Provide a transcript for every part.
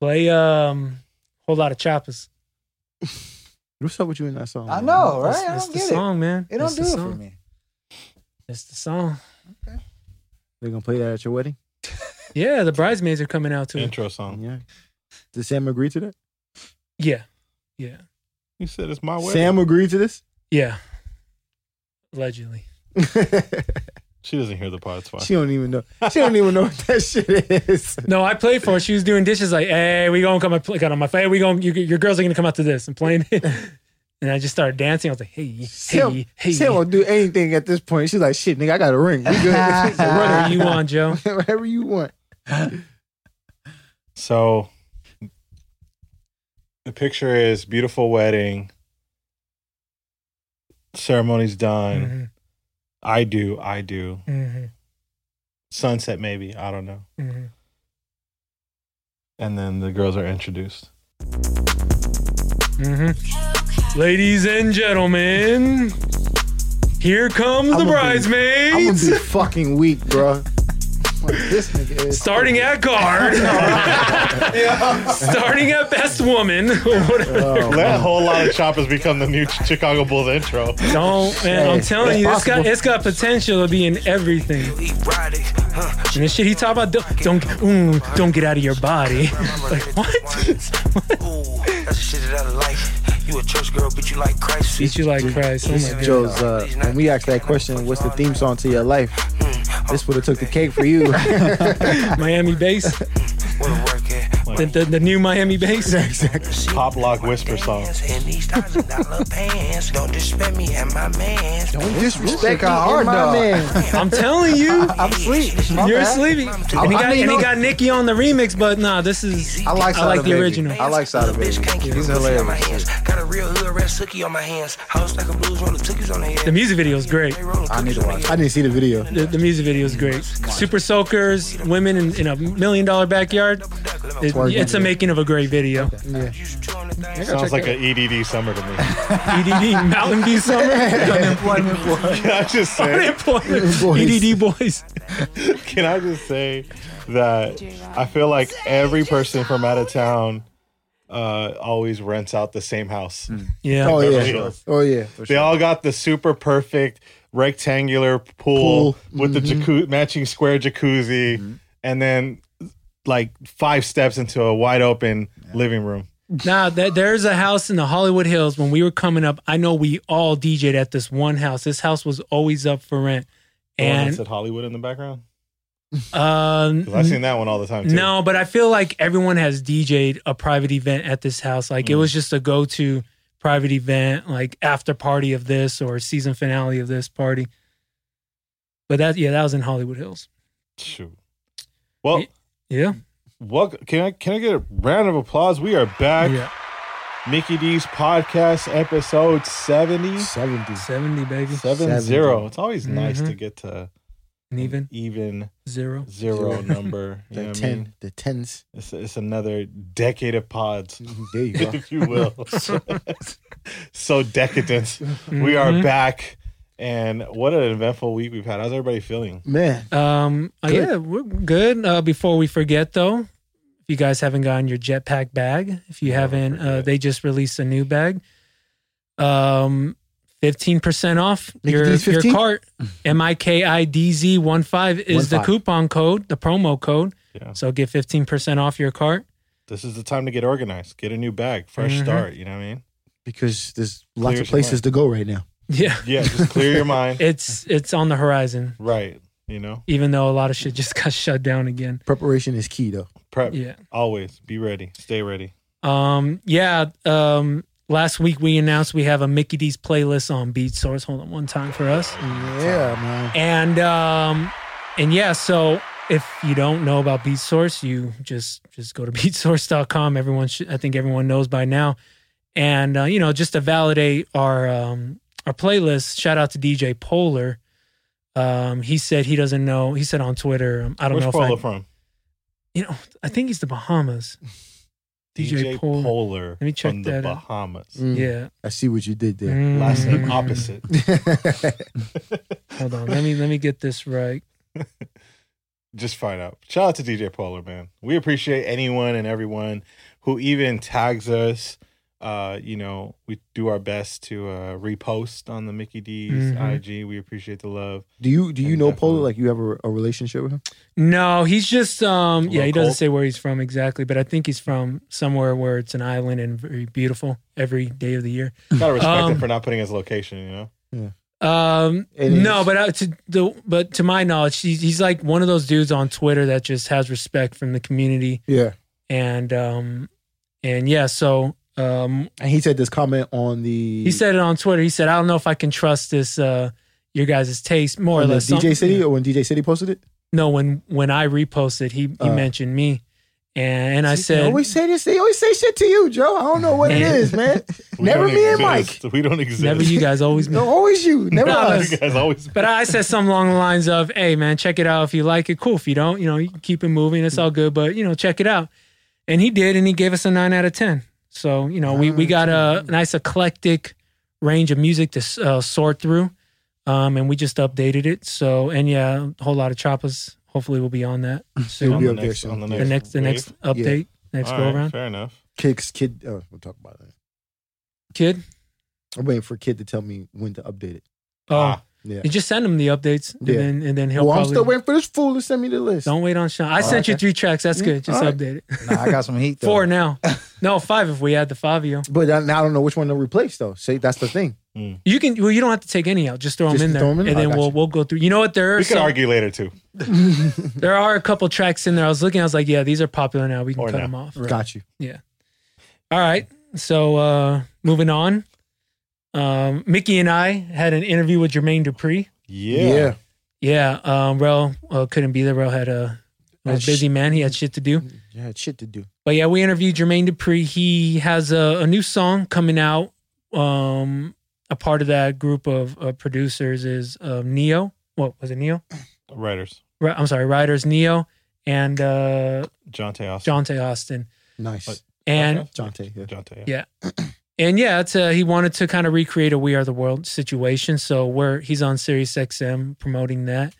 Play um whole lot of choppers. What's up with you in that song? I man? know, right? It's- I it's don't the get song, man. it. It don't It's do the it song. for me. It's the song. They gonna play that at your wedding? Yeah, the bridesmaids are coming out too. Intro song. Yeah. Did Sam agree to that? Yeah, yeah, You said it's my wedding. Sam agreed to this? yeah. Allegedly, She doesn't hear the pod. It's fine. she don't even know. She don't even know what that shit is. no, I played for her. She was doing dishes. Like, hey, we gonna come and play got on my face. we gonna you, your girls are gonna come out to this and playing it. And I just started dancing. I was like, hey, hey, Sam, hey, Sam won't do anything at this point. She's like, shit, nigga, I got a ring. We good. She's like, whatever you want, Joe. Whatever you want. So the picture is beautiful wedding. Ceremony's done. Mm-hmm. I do. I do. hmm Sunset maybe. I don't know. Mm-hmm. hmm And then the girls are introduced. hmm Ladies and gentlemen, here comes I'ma the be- I'm gonna bridesmaids. be fucking weak, bro. Like, this nigga is Starting at guard, starting at best woman. or whatever. Oh, Let a whole lot of choppers become the new Ch- Chicago Bulls intro. Don't man, I'm telling you, it's got it's got potential to be in everything. Erotic, huh? And the shit he talk about don't don't, ooh, don't get out of your body. Like what? Ooh, that's the shit that I like. You a church girl, but you like Christ. Beat you like Christ. Oh my god. Joe's uh when we asked that question, what's the theme song to your life? Mm, This would have took the cake for you. Miami bass. What a work at. The, the, the new Miami bass. exactly. Pop lock whisper song. In these thousand dollar pants, don't disrespect me and my mans. Don't Disrespect got hard, my dog. man. I'm telling you. I'm sleep. My You're bad. sleepy. And he got, I mean, and he no- got Nicki on the remix, but nah, this is I like, I like Sada the Baby. original. I like Sada Baby. bitch can't keep He's a pussy on my hilarious. hands. Got a real hood rat sookie on my hands. House like a blues roller tookies on the head. the music video is great. They rolling I need to cookies on watch the I didn't see the video. The, the music video is great. Super soakers, women in, in a million dollar backyard. head. Double duck, It- it's a making of a great video. lemon juice, two on the thing. Sounds like an EDD summer to me. E EDD Mountain Dew Summer. Unemployment boy. Can I just say? Unemployment. EDD E boys. Can I just say that I feel like every person from out of town uh, always rents out the same house. Yeah. Oh Beverly yeah. Hills. Oh yeah. They all got the super perfect rectangular pool, Mm-hmm. Pool. with the jacu- matching square jacuzzi, and then like five steps into a wide open living room. Now th- there's a house in the Hollywood Hills. When we were coming up, I know we all DJ'd at this one house. This house was always up for rent. The one that And said Hollywood in the background. um, 'Cause I've seen that one all the time too. No, but I feel like everyone has DJ'd a private event at this house. Like it was just a go to private event, like after party of this or season finale of this party. But that, yeah, that was in Hollywood Hills. Shoot. Well, Yeah. Yeah. welcome. Can I can I get a round of applause? We are back. Yeah. Mickey D's podcast episode 70. 70. 70, baby. 70. Seventy. It's always nice Mhm. to get to And even even zero. zero Zero. number. You know The what I ten. mean? The tens. It's, it's another decade of pods, There you go. if you will. so decadence. We are Mhm. back. And what an eventful week we've had. How's everybody feeling? Man. Um, uh, Good. yeah, we're good. Uh, before we forget though, if you guys haven't gotten your jetpack bag, if you Never haven't, uh, forget. they just released a new bag. Um, fifteen percent off Mickey your D's your 15? cart. M I K I D Z one five is the 15. coupon code, the promo code. Yeah. So get fifteen percent off your cart. This is the time to get organized, get a new bag, fresh Mhm. start. You know what I mean? Because there's Clear lots your of places mind. to go right now. Yeah, Yeah, just clear your mind. it's it's on the horizon. Right. You know, Even though a lot of shit just got shut down again. Preparation is key though. prep. Yeah. Always be ready, stay ready. Um, yeah. Um, last week we announced we have a Mickey D's playlist on Beat Source. Hold on one time for us. Yeah, man. And um, and yeah, so if you don't know about Beat Source, you just just go to beatsource.com. Everyone should, I think everyone knows by now. And uh, you know, just to validate our um our playlist, shout out to DJ Polar. Um, he said he doesn't know. He said on Twitter, um, I don't Where's know if Polo I, from? you know, I think he's the Bahamas. DJ, Polar. Polar Let me check from the that out. Bahamas. Mm, Yeah. I see what you did there. Last name Mm. opposite. Hold on, let me let me get this right. just find out. Shout out to DJ Polar, man. We appreciate anyone and everyone who even tags us. Uh, you know, we do our best to uh repost on the Mickey D's Mhm. IG. We appreciate the love. Do you do you know Polo? Definitely. Like you have a, a relationship with him? No, he's just um yeah, he Local? doesn't say where he's from exactly, but I think he's from somewhere where it's an island and very beautiful every day of the year. Gotta respect Um, him for not putting his location, you know? Um It no, is. but uh, to the but to my knowledge, he's, he's like one of those dudes on Twitter that just has respect from the community Yeah. and um and yeah, so um And he said this comment on the he said it on Twitter. He said, "I don't know if I can trust this uh your guys' taste more or on the less." some- DJ City or when DJ City posted it. No, when when I reposted, he he Uh. mentioned me, and, and I See, said, they always say this. They always say shit to you, Joe. I don't know what it Man. is, man. We Never don't me and exist. We don't exist. "Never you guys, always me." No, always you, never Nah, us. you guys always But I said something along the lines of, "Hey, man, check it out. If you like it, cool. If you don't, you know, you can keep it moving. It's all good. But you know, check it out." And he did, and he gave us a nine out of ten. So you know, we we got a nice eclectic range of music to uh, sort through, um, and we just updated it. So and yeah, a whole lot of choppas. Hopefully, will be on that It'll soon. be up on the there next- soon. on the Yeah. The next the wave. next update, next All go right, around. Fair enough. Kids, kid. Oh, we'll talk about it. Kid, I'm waiting for kid to tell me when to update it. oh, Ah. Yeah. you just send him the updates, and Yeah. then and then he'll. Well, I'm probably, still waiting for this fool to send me the list. Don't wait on Sean. I Oh, sent you okay. three tracks. That's Yeah, good. Just all right. update it. Nah, I got some heat though. Four now. No, five if we add the Fabio. But I, now I don't know which one to replace though. See, that's the thing. You can. Well, you don't have to take any out. Just throw Just them in there, throw 'em in? and I then got we'll you. we'll go through. You know what? There are We could some- argue later too. there are a couple tracks in there. I was looking. I was like, yeah, these are popular now. We can Or cut no. them off. Got you. All right. So uh moving on. Um, Mickey and I had an interview with Jermaine Dupree. Yeah. Yeah, um, Rel uh, couldn't be there. Rel had a was That's- busy man. He had shit to do. yeah. You had shit to do. But yeah, we interviewed Jermaine Dupree. He has a, a new song coming out. Um, a part of that group of uh, producers is um, Neo. What was it? Neo? Writers. Ri- I'm sorry, writers Neo and uh, Jonte Austin. Jonte Austin. Nice, But- And Okay. Jonte. Yeah. Jonte. Yeah. and yeah, it's uh he wanted to kind of recreate a We Are the World situation. So we're he's on Sirius XM promoting that.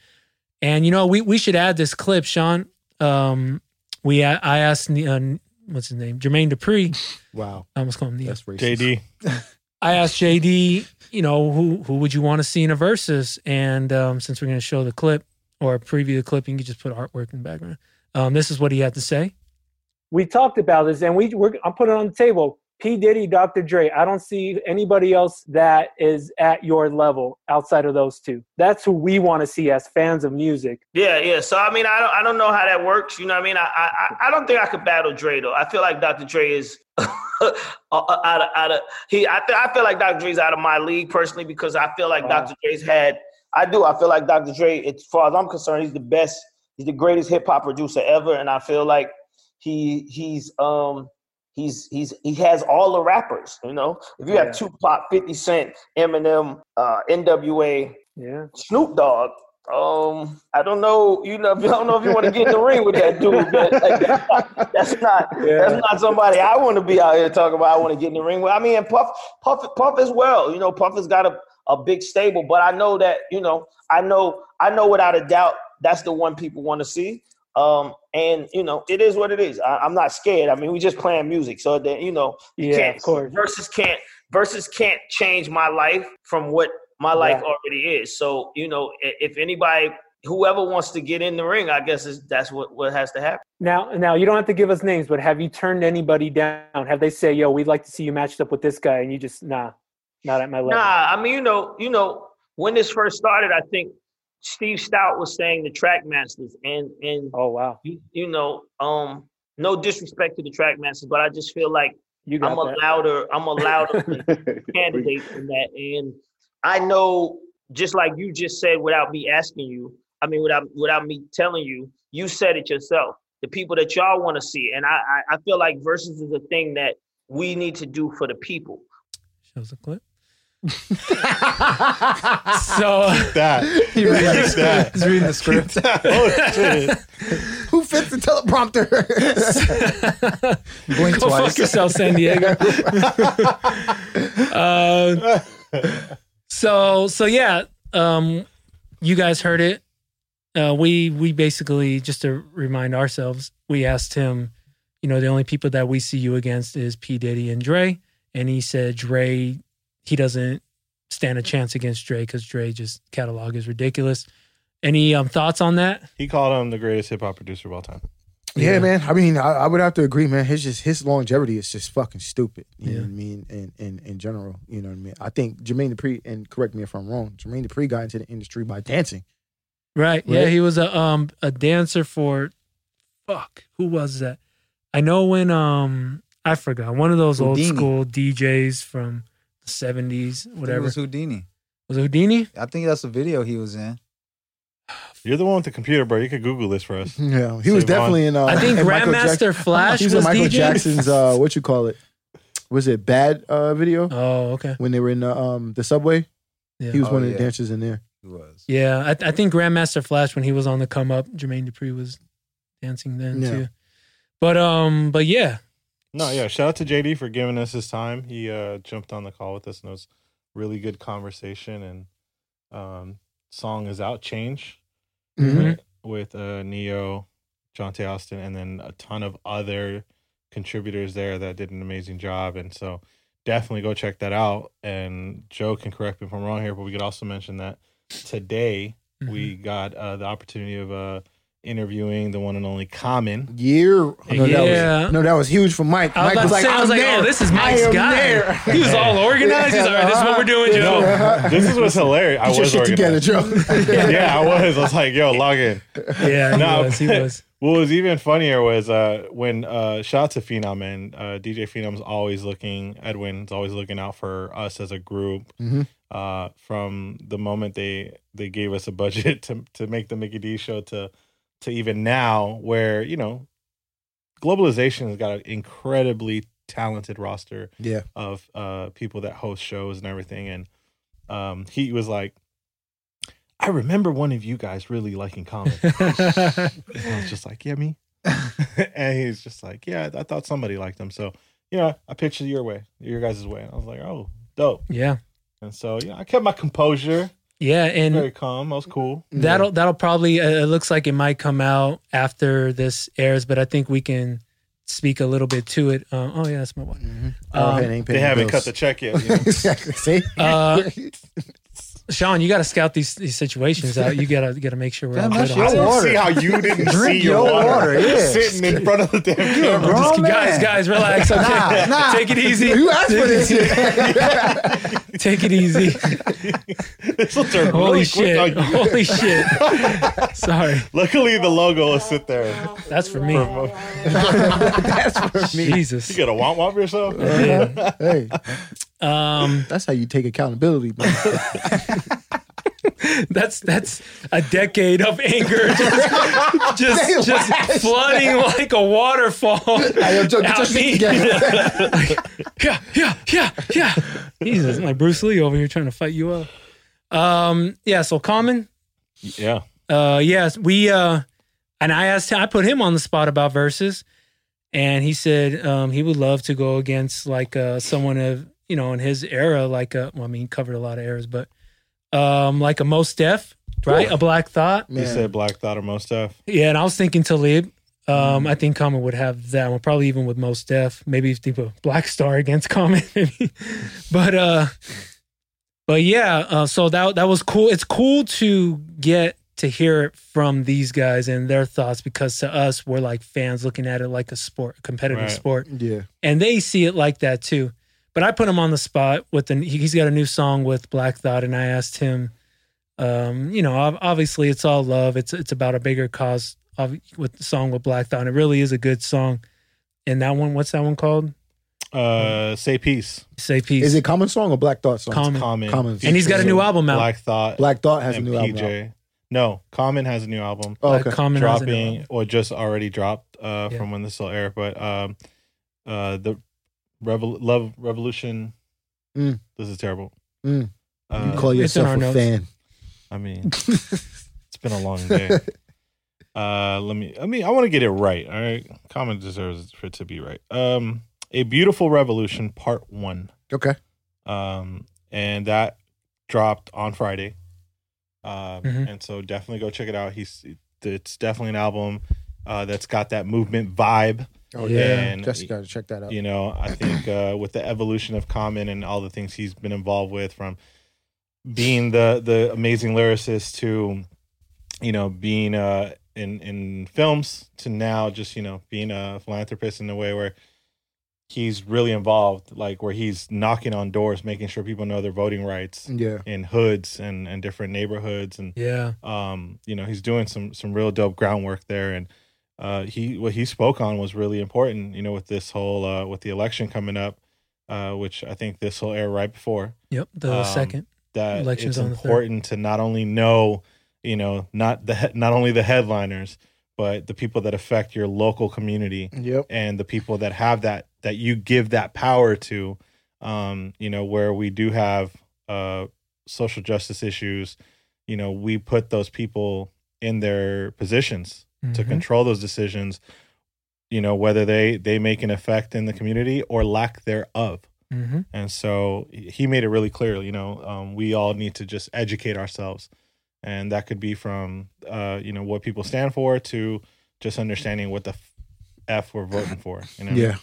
And you know, we we should add this clip, Sean. Um, we a- I asked Ne- uh, what's his name, Jermaine Dupree. Wow, I almost call him Neo. that's racist. JD. I asked JD, you know, who who would you want to see in a versus? And um, since we're going to show the clip or preview the clip, you can just put artwork in the background. Um, this is what he had to say. we talked about this and we we're, i'm putting it on the table p diddy dr dre i don't see anybody else that is at your level outside of those two that's who we want to see as fans of music Yeah, yeah. So I mean, I don't, I don't know how that works. You know, what I mean, I, I, I- I don't think I could battle Dre though. I feel like Dr. Dre is out of, out of he. I, th- I feel like Dr. Dre's out of my league personally because I feel like Dr. Dre's had. I do. I feel like Dr. Dre, as far as I'm concerned, he's the best. He's the greatest hip hop producer ever, and I feel like he, he's, um, he's, he's, he has all the rappers. You know, if you Yeah. have Tupac, Fifty Cent, Eminem, uh, N.W.A. yeah Snoop Dogg. Um, I don't know. You know, I don't know if you want to get in the ring with that dude. But like, that's not that's not, Yeah. that's not somebody I want to be out here talking about. I want to get in the ring with. I mean, and Puff, Puff, Puff as well. You know, Puff has got a, a big stable, but I know that you know, I know, I know without a doubt that's the one people want to see. Um, and you know, it is what it is. I, I'm not scared. I mean, we just playing music, so that you know, you yeah can't, of course Versus can't versus can't change my life from what my life Right. already is. So you know, i- if anybody, whoever wants to get in the ring, I guess is, that's what what has to happen. now now you don't have to give us names but have you turned anybody down have they say yo we'd like to see you matched up with this guy and you just nah not at my level Nah, I mean, you know, you know, when this first started, I think Steve Stout was saying the track masters, and and oh wow you, you know, um, no disrespect to the track masters, but I just feel like you got I'm a louder, I'm a louder candidate in that. And I know, just like you just said, without me asking you, I mean, without without me telling you, you said it yourself. The people that y'all want to see, and I, I I feel like versus is a thing that we need to do for the people. Shows the clip. so That. Keep that. He's reading the script. Oh shit. Who fits the teleprompter? Blink go fuck twice. yourself, San Diego. uh, Oh, so so yeah, um, you guys um, heard it. uh, we we basically just to remind ourselves, we asked him, you know, the only people that we see you against is P Diddy and Dre, and he said Dre, he doesn't stand a chance against Dre because Dre just catalog is ridiculous. Any um, thoughts on that? He called him the greatest hip hop producer of all time. Yeah, man. I mean, I, I would have to agree, man. His just his longevity is just fucking stupid. You know what I mean? And in, in, in general, you know what I mean. I think Jermaine Dupri, and correct me if I'm wrong, Jermaine Dupri got into the industry by dancing. Right? Yeah, Right. he was a um a dancer for, fuck, who was that? I know when um I forgot one of those old Houdini. school DJs from the seventies, Whatever. whatever. It was Was, Houdini. it Houdini? I think that's the video he was in. You're the one with the computer, bro. You could Google this for us. Yeah, he was Savon. definitely in. Uh, I think in Michael Jackson- Grandmaster Flash He was, was, in Michael DJ. Jackson's. Uh, what you call it? Was it bad uh, video Oh, okay. when they were in the, um, the subway? Yeah. He was Oh, one of the yeah. dancers in there. He was. Yeah, I, I think Grandmaster Flash when he was on the come up, Jermaine Dupri was dancing then Yeah. too. But um, but yeah, No, yeah. Shout out to JD for giving us his time. He uh, jumped on the call with us, and it was really good conversation. And um, song is out. Change Mm-hmm. Mhm. with uh, Neo, Jonte Austin, and then a ton of other contributors there that did an amazing job. And so definitely go check that out. And Joe can correct me if I'm wrong here, but we could also mention that today we Mm-hmm. got uh, the opportunity of uh, interviewing the one and only Common. Year. Oh, No, that Yeah. was, no, that was huge for Mike. I was Mike about to was like, say, I was "I'm like, there. oh, this is I Mike's am guy. there." He was all organized. He's all right. This is what we're doing, Joe. This is what's hilarious. I Get your was shit together, organized. Joe. yeah, I was. I was like, yo, log in. Yeah, he No. was. He was. What was even funnier was uh, when uh, shots of Phenom and uh, DJ Phenom's always looking, Edwin's always looking out for us as a group. Mhm. Uh, from the moment they they gave us a budget to to make the Mickey D show to to even now, where you know globalization has got an incredibly talented roster yeah. of uh people that host shows and everything and um he was like I remember one of you guys really liking comics. and I was just like, yeah, me. and he's just like, yeah, I thought somebody liked them. So, you know, I pitched it your way, your guys' way. And I was like, oh, dope. Yeah, And so, you know, I kept my composure, yeah, and very calm. I was cool. that'll that'll probably uh, it looks like it might come out after this airs, but I think we can speak a little bit to it. Uh, oh yeah, that's my wife. Arrowhead Um, Mm-hmm. ain't They paying haven't bills. cut the check yet. you know? exactly. See? Uh, Sean, you got to scout these these situations out. You gotta gotta make sure we're Damn, on that's good I on. your- don't water. see how you didn't Drink see your, your water, water, yeah. sitting in front of the damn camera. grown Just- man. guys, guys, relax. Okay, Nah, nah. take it easy. You asked for this shit. Take it easy. this will turn Holy really quick shit! on you. Holy shit! Sorry, Luckily, the logo will sit there. that's for me. That's for me. You Jesus. get a want want for yourself. Uh, Yeah. Hey, Um, that's how you take accountability, man. that's that's a decade of anger just just, just flooding like a waterfall. Hey, yo, Joe, get your out me. shit together. yeah, yeah, yeah, yeah. Jesus, like Bruce Lee over here trying to fight you up. Um, yeah, so Common, Yeah. uh yes we uh and i asked him i put him on the spot about verses and he said um he would love to go against like uh someone of you know in his era like uh well i mean he covered a lot of eras but um like a most deaf right a black thought You said Black Thought or Most Def. yeah and i was thinking talib um, I think Common would have that one, probably even with most deaf. Maybe if they put Black Star against Common, maybe. But uh, but yeah, uh, so that that was cool. It's cool to get to hear it from these guys and their thoughts because to us, we're like fans looking at it like a sport, a competitive Right. sport, yeah. and they see it like that too. But I put him on the spot with an. He's got a new song with Black Thought, and I asked him, um, you know, ob- obviously it's all love. It's it's about a bigger cause. Of, with the song with Black Thought, and it really is a good song. And that one, what's that one called? Uh, say peace. Say peace. Is it Common Song or Black Thought Song? Common. Common. Common. And he's got a new album out. Black Thought. Black Thought has a and new album. out. No, Common has a new album Oh, Black okay. Common has an album. dropping or just already dropped uh, Yeah. from when this will air. But um, uh, the Revol- Love Revolution. Mm. This is terrible. Mm. Uh, you call It's in yourself our a notes. fan. I mean, it's been a long day. Uh, let me, I mean, I want to get it right. All right, comment deserves for it to be right. Um, a beautiful revolution, part one. Okay. Um, and that dropped on Friday. Um, Mhm. And so definitely go check it out. He's it's definitely an album uh, that's got that movement vibe. Oh Yeah. yeah, And- Jesse got to check that out. You know, I think uh, with the evolution of Common and all the things he's been involved with, from being the the amazing lyricist to you know being uh, in in films to now just you know being a philanthropist in a way where he's really involved, like where he's knocking on doors, making sure people know their voting rights Yeah, in hoods and and different neighborhoods and Yeah. um, you know he's doing some some real dope groundwork there and uh, he what he spoke on was really important you know with this whole uh, with the election coming up uh, which i think this will air right before Yep. The Um, second. that Election's it's on the third. important to not only know you know not the he- not only the headliners but the people that affect your local community yep. and the people that have that that you give that power to um you know where we do have uh social justice issues you know we put those people in their positions to Mhm. control those decisions you know whether they they make an effect in the community or lack thereof Mhm. and so he made it really clear, you know, um, we all need to just educate ourselves. And that could be from, uh, you know, what people stand for to just understanding what the f- F we're voting for. You know? Yeah,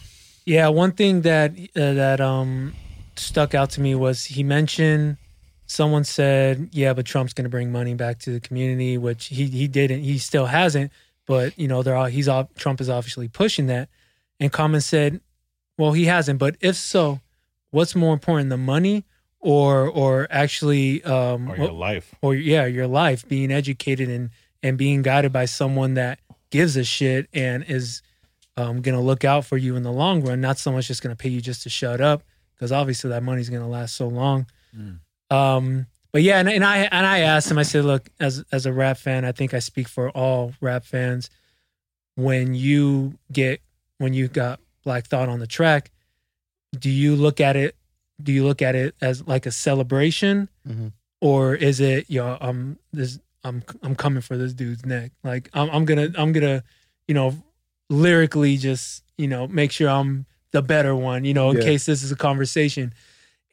Yeah, one thing that uh, that um stuck out to me was he mentioned someone said, "Yeah, but Trump's going to bring money back to the community," which he he didn't. He still hasn't. But you know, they're all, he's all, Trump is obviously pushing that. And Common said, "Well, he hasn't. But if so, what's more important, the money or or actually um Or your life. or yeah, your life being educated and and being guided by someone that gives a shit and is um, gonna look out for you in the long run. Not so much just gonna pay you just to shut up because obviously that money's gonna last so long. Um, but yeah, and, and I and I asked him. I said, look, as as a rap fan, I think I speak for all rap fans. When you get when you got Black Thought on the track, do you look at it? Do you look at it as like a celebration? or is it you know I'm this I'm I'm coming for this dude's neck like I'm I'm gonna I'm gonna you know lyrically just you know make sure I'm the better one you know in Yeah. case this is a conversation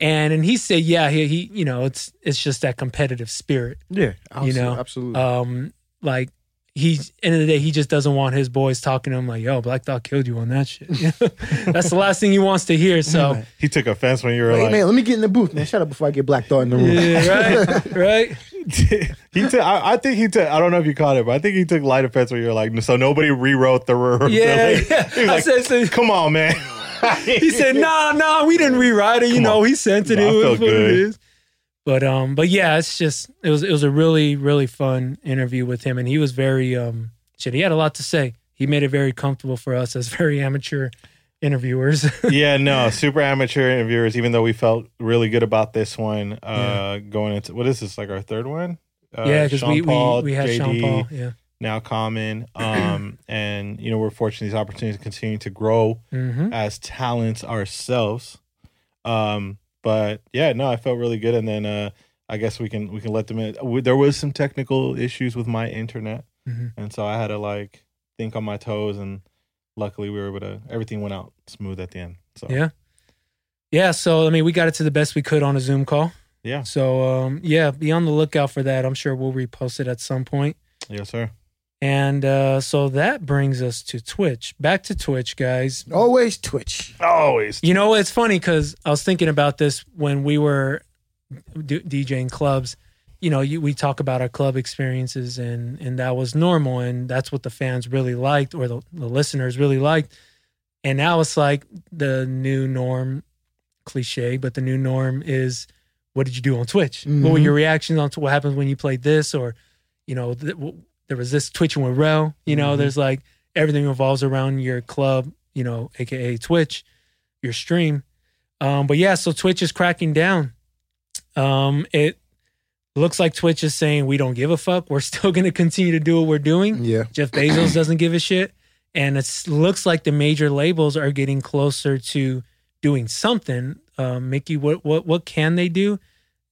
and and he said yeah he he you know it's it's just that competitive spirit yeah. Absolutely. know, absolutely. um like he end of the day he just doesn't want his boys talking to him like yo Black Dog killed you on that shit that's the last thing he wants to hear so He took offense when you were Hey like, man, let me get in the booth, man. Shut up before I get blacked out in the room. yeah, right right he took, I, I think he took, I don't know if you caught it, but I think he took light offense when you were like, so nobody rewrote the rule. yeah, Like, yeah. he was I like, said so- come on, man. he said, "Nah, nah, we didn't rewrite it. You Come know, on. he sent it. Nah, I it was felt what good. it is." But um, but yeah, it's just it was it was a really really fun interview with him, and he was very um shit. He had a lot to say. He made it very comfortable for us as very amateur interviewers. yeah, no, super amateur interviewers. Even though we felt really good about this one, uh, going into what is this like our third one? Uh, yeah, because Sean we, we Paul, we had Sean JD, Paul. Yeah, now common, um, and you know we're fortunate these opportunities continue to grow hmm as talents ourselves. Um, but yeah, no, I felt really good, and then uh, I guess we can we can let them in. Uh, We- There was some technical issues with my internet, Mhm. and so I had to like think on my toes, and luckily we were able to. Everything went out smooth at the end. So yeah, yeah. So I mean, we got it to the best we could on a Zoom call. yeah, So um, yeah, be on the lookout for that. I'm sure we'll repost it at some point. yes, sir. And uh, so that brings us to Twitch. Back to Twitch, guys. Always Twitch. Always. You know, it's funny because I was thinking about this when we were d- DJing clubs. You know, you, we talk about our club experiences, and and that was normal, and that's what the fans really liked, or the, the listeners really liked. And now it's like the new norm, cliche, but the new norm is, what did you do on Twitch? What were Mhm. your reactions on t- what happens when you played this, or, you know, th- w- there was this Twitch and with Rel. You know, there's like everything revolves around your club, you know, aka Twitch, your stream. Um, but yeah, so Twitch is cracking down. Um, it looks like Twitch is saying we don't give a fuck. We're still going to continue to do what we're doing. Yeah, Jeff Bezos doesn't give a shit, and it looks like the major labels are getting closer to doing something. Uh, Mickey, what what what can they do?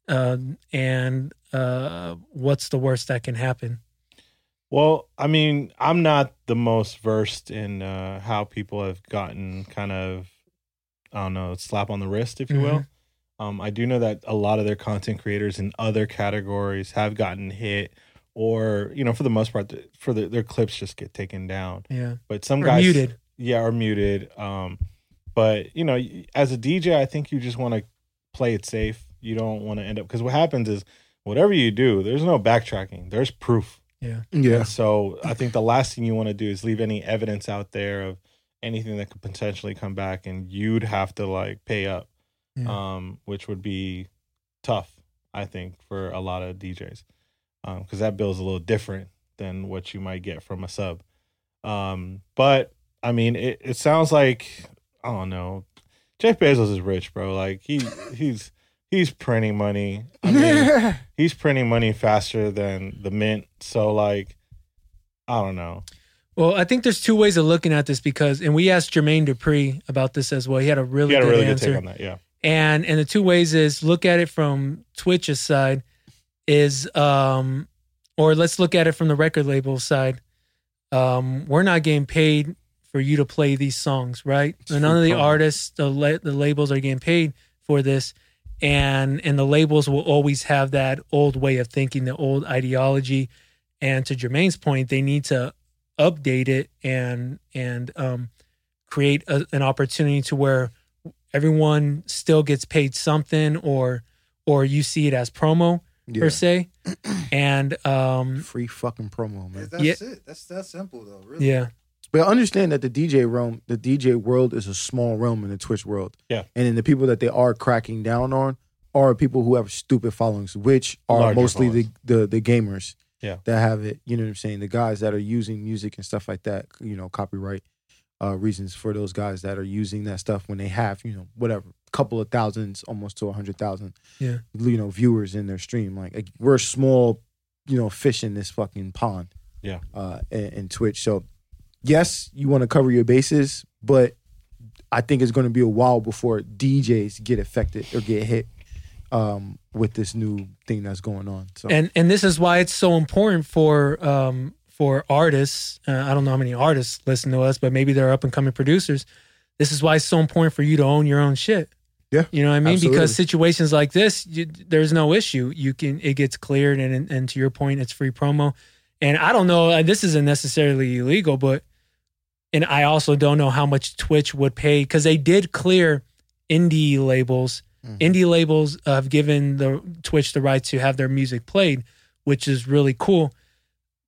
Uh, and uh, what's the worst that can happen? Well, I mean, I'm not the most versed in uh, Mm-hmm. how people have gotten kind of, I don't know, slap on the wrist, if you will. Um, I do know that a lot of their content creators in other categories have gotten hit, or you know, for the most part, th- for the, their clips just get taken down. Yeah. But some Or guys muted. yeah, are muted. Um, but you know, y- as a DJ, I think you just want to play it safe. You don't want to end up because what happens is whatever you do, there's no backtracking. There's proof. Yeah. And so I think the last thing you want to do is leave any evidence out there of anything that could potentially come back, and you'd have to like pay up, Yeah. um, which would be tough, I think, for a lot of DJs, because that bill's a little different than what you might get from a sub. Um, but I mean, it, it sounds like I don't know. Jeff Bezos is rich, bro. Like he he's he's printing money. I mean, he's printing money faster than the mint. So like, I don't know. Well, I think there's two ways of looking at this because, and we asked Jermaine Dupree about this as well. He had a really you got a good really answer. good take on that. Yeah. and and the two ways is look at it from Twitch's side is um or let's look at it from the record label side. Um we're not getting paid for you to play these songs, right? None of the content. artists, the la- the labels are getting paid for this and and the labels will always have that old way of thinking, the old ideology and to Jermaine's point, they need to update it and and um create a, an opportunity to where everyone still gets paid something or or you see it as promo Yeah. per se and um Free fucking promo, man. That's Yeah. it. That's that simple though. Really. yeah But understand that the DJ realm, the DJ world is a small realm in the Twitch world. Yeah. And then the people that they are cracking down on are people who have stupid followings, which are Larger mostly the, the the gamers. Yeah. That have it. You know what I'm saying? The guys that are using music and stuff like that, you know, copyright uh, reasons for those guys that are using that stuff when they have, you know, whatever, couple of thousands, almost to a hundred thousand Yeah. you know, viewers in their stream. Like, like we're a small, you know, fish in this fucking pond. Yeah. Uh in, in Twitch. So yes, you want to cover your bases, but I think it's going to be a while before DJs get affected or get hit um, with this new thing that's going on. So and and this is why it's so important for um for artists uh, i don't know how many artists listen to us but maybe they're up and coming producers this is why it's so important for you to own your own shit Yeah, you know what i mean absolutely. because situations like this you, there's no issue you can it gets cleared and and to your point it's free promo and i don't know uh, this isn't necessarily illegal but and i also don't know how much twitch would pay because they did clear indie labels Mm-hmm. indie labels have given the twitch the right to have their music played which is really cool